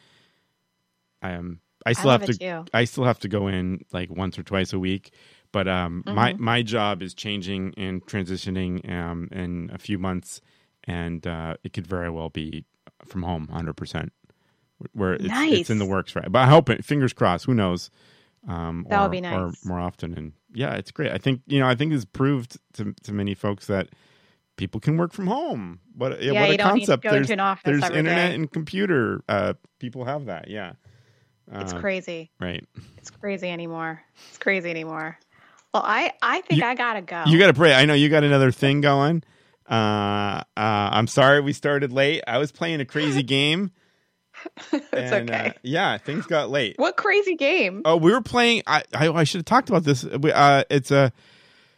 [SPEAKER 1] I am. I
[SPEAKER 2] I
[SPEAKER 1] still
[SPEAKER 2] love
[SPEAKER 1] have to.
[SPEAKER 2] it too.
[SPEAKER 1] I still have to go in like once or twice a week. But um, my
[SPEAKER 2] Mm-hmm.
[SPEAKER 1] my job is changing and transitioning um, in a few months, and uh, it could very well be from home, hundred percent. Where it's, it's in the
[SPEAKER 2] Nice.
[SPEAKER 1] works, right? But I hope it. Fingers crossed. Who knows? Um,
[SPEAKER 2] That would
[SPEAKER 1] or-
[SPEAKER 2] be nice.
[SPEAKER 1] Or more often, and yeah, it's great. I think you know. I think it's proved to to many folks that people can work from home. What, a-
[SPEAKER 2] Yeah,
[SPEAKER 1] what a
[SPEAKER 2] you don't need to
[SPEAKER 1] concept!
[SPEAKER 2] go
[SPEAKER 1] there's
[SPEAKER 2] into an office
[SPEAKER 1] there's
[SPEAKER 2] every
[SPEAKER 1] internet
[SPEAKER 2] day.
[SPEAKER 1] and computer. Uh, people have that. Yeah,
[SPEAKER 2] It's
[SPEAKER 1] Uh,
[SPEAKER 2] crazy.
[SPEAKER 1] Right.
[SPEAKER 2] It's crazy anymore. It's crazy anymore. Well, I I think
[SPEAKER 1] You-
[SPEAKER 2] I gotta go.
[SPEAKER 1] You got to pray. I know you got another thing going. Uh, uh, I'm sorry we started late. I was playing a crazy game.
[SPEAKER 2] it's
[SPEAKER 1] and,
[SPEAKER 2] okay.
[SPEAKER 1] uh, yeah, things got late.
[SPEAKER 2] what crazy game?
[SPEAKER 1] Oh, we were playing. I I, I should have talked about this. We, uh, it's a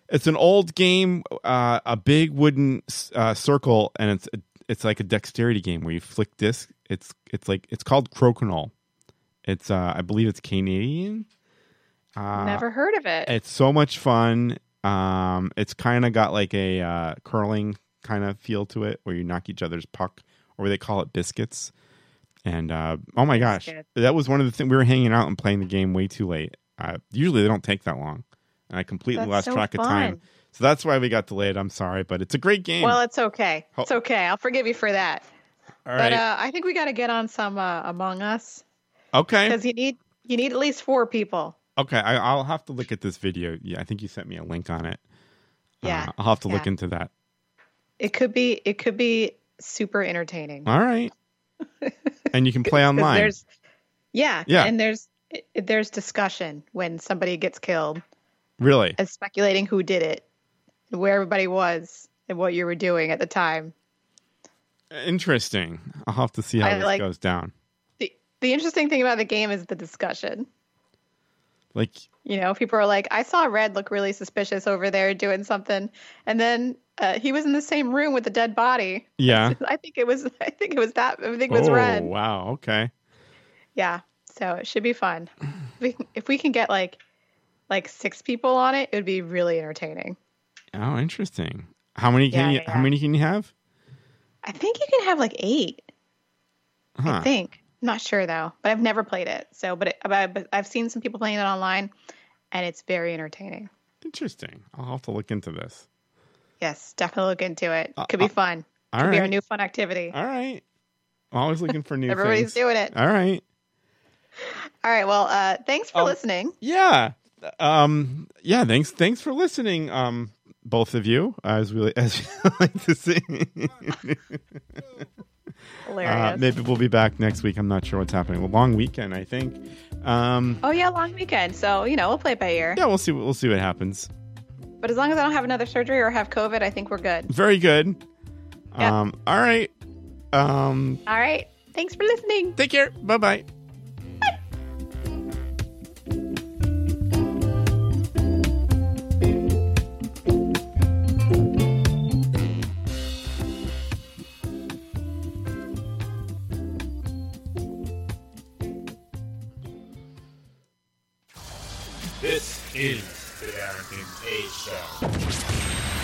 [SPEAKER 1] it's an old game, uh, a big wooden uh, circle, and it's it's like a dexterity game where you flick disc. It's it's like it's called crokinole. It's uh, I believe it's Canadian. Uh,
[SPEAKER 2] Never heard of it.
[SPEAKER 1] It's so much fun. Um, it's kind of got like a uh, curling kind of feel to it, where you knock each other's puck, or they call it biscuits. And uh, oh my gosh,
[SPEAKER 2] Biscuits.
[SPEAKER 1] that was one of the things we were hanging out and playing the game way too late. Uh, usually they don't take that long, and I completely
[SPEAKER 2] That's
[SPEAKER 1] lost
[SPEAKER 2] so
[SPEAKER 1] track of time.
[SPEAKER 2] fun.
[SPEAKER 1] So that's why we got delayed. I'm sorry, but it's a great game.
[SPEAKER 2] Well, it's okay.
[SPEAKER 1] Ho-
[SPEAKER 2] It's okay. I'll forgive you for that.
[SPEAKER 1] All
[SPEAKER 2] But
[SPEAKER 1] right,
[SPEAKER 2] uh, I think we got to get on some uh, Among Us
[SPEAKER 1] okay,
[SPEAKER 2] because you need you need at least four people.
[SPEAKER 1] okay. I, I'll have to look at this video. Yeah, I think you sent me a link on it.
[SPEAKER 2] Yeah,
[SPEAKER 1] Uh, I'll have to look
[SPEAKER 2] yeah.
[SPEAKER 1] into that.
[SPEAKER 2] It could be it could be super entertaining.
[SPEAKER 1] All right, and you can play
[SPEAKER 2] 'Cause
[SPEAKER 1] online.
[SPEAKER 2] There's, yeah,
[SPEAKER 1] Yeah.
[SPEAKER 2] and there's it- there's discussion when somebody gets killed,
[SPEAKER 1] Really?
[SPEAKER 2] as speculating who did it, and where everybody was, and what you were doing at the time.
[SPEAKER 1] Interesting. I'll have to see how
[SPEAKER 2] I
[SPEAKER 1] this
[SPEAKER 2] like-
[SPEAKER 1] goes down.
[SPEAKER 2] The the interesting thing about the game is the discussion.
[SPEAKER 1] Like,
[SPEAKER 2] You know, people are like, "I saw Red look really suspicious over there doing something," and then uh, he was in the same room with the dead body.
[SPEAKER 1] yeah.
[SPEAKER 2] I think it was I think it was that I think it was
[SPEAKER 1] oh,
[SPEAKER 2] Red.
[SPEAKER 1] wow. Okay.
[SPEAKER 2] Yeah. So it should be fun. If we, can- if we can get like like six people on it, it would be really entertaining.
[SPEAKER 1] Oh, interesting. How many can
[SPEAKER 2] Yeah,
[SPEAKER 1] you?
[SPEAKER 2] yeah,
[SPEAKER 1] How
[SPEAKER 2] yeah.
[SPEAKER 1] many can you have?
[SPEAKER 2] I think you can have like eight. I
[SPEAKER 1] Huh.
[SPEAKER 2] think. I'm not sure though, but I've never played it. So, but, it, but, I, but I've seen some people playing it online, and it's very entertaining.
[SPEAKER 1] Interesting. I'll have to look into this.
[SPEAKER 2] Yes, definitely look into it.
[SPEAKER 1] Uh,
[SPEAKER 2] Could be
[SPEAKER 1] uh,
[SPEAKER 2] fun.
[SPEAKER 1] All
[SPEAKER 2] Could
[SPEAKER 1] right.
[SPEAKER 2] be our new fun activity.
[SPEAKER 1] All right. I'm always looking for new
[SPEAKER 2] Everybody's
[SPEAKER 1] things. Uh,
[SPEAKER 2] doing it.
[SPEAKER 1] All right.
[SPEAKER 2] All right. Well, uh, thanks for
[SPEAKER 1] Um,
[SPEAKER 2] listening.
[SPEAKER 1] Yeah. Um. Yeah. Thanks. Thanks for listening. Um. Both of you, as we as we like to say.
[SPEAKER 2] Hilarious.
[SPEAKER 1] Uh, maybe we'll be back next week. I'm not sure what's happening. A long weekend, I think. Um.
[SPEAKER 2] oh yeah, long weekend. So you know we'll play it by ear.
[SPEAKER 1] Yeah, we'll see. We'll see what happens.
[SPEAKER 2] But as long as I don't have another surgery or have COVID, I think we're good.
[SPEAKER 1] Very good.
[SPEAKER 2] Yep.
[SPEAKER 1] Um, all right. Um,
[SPEAKER 2] All right. Thanks for listening.
[SPEAKER 1] take care. Bye bye.
[SPEAKER 9] This is the Darrington K Show.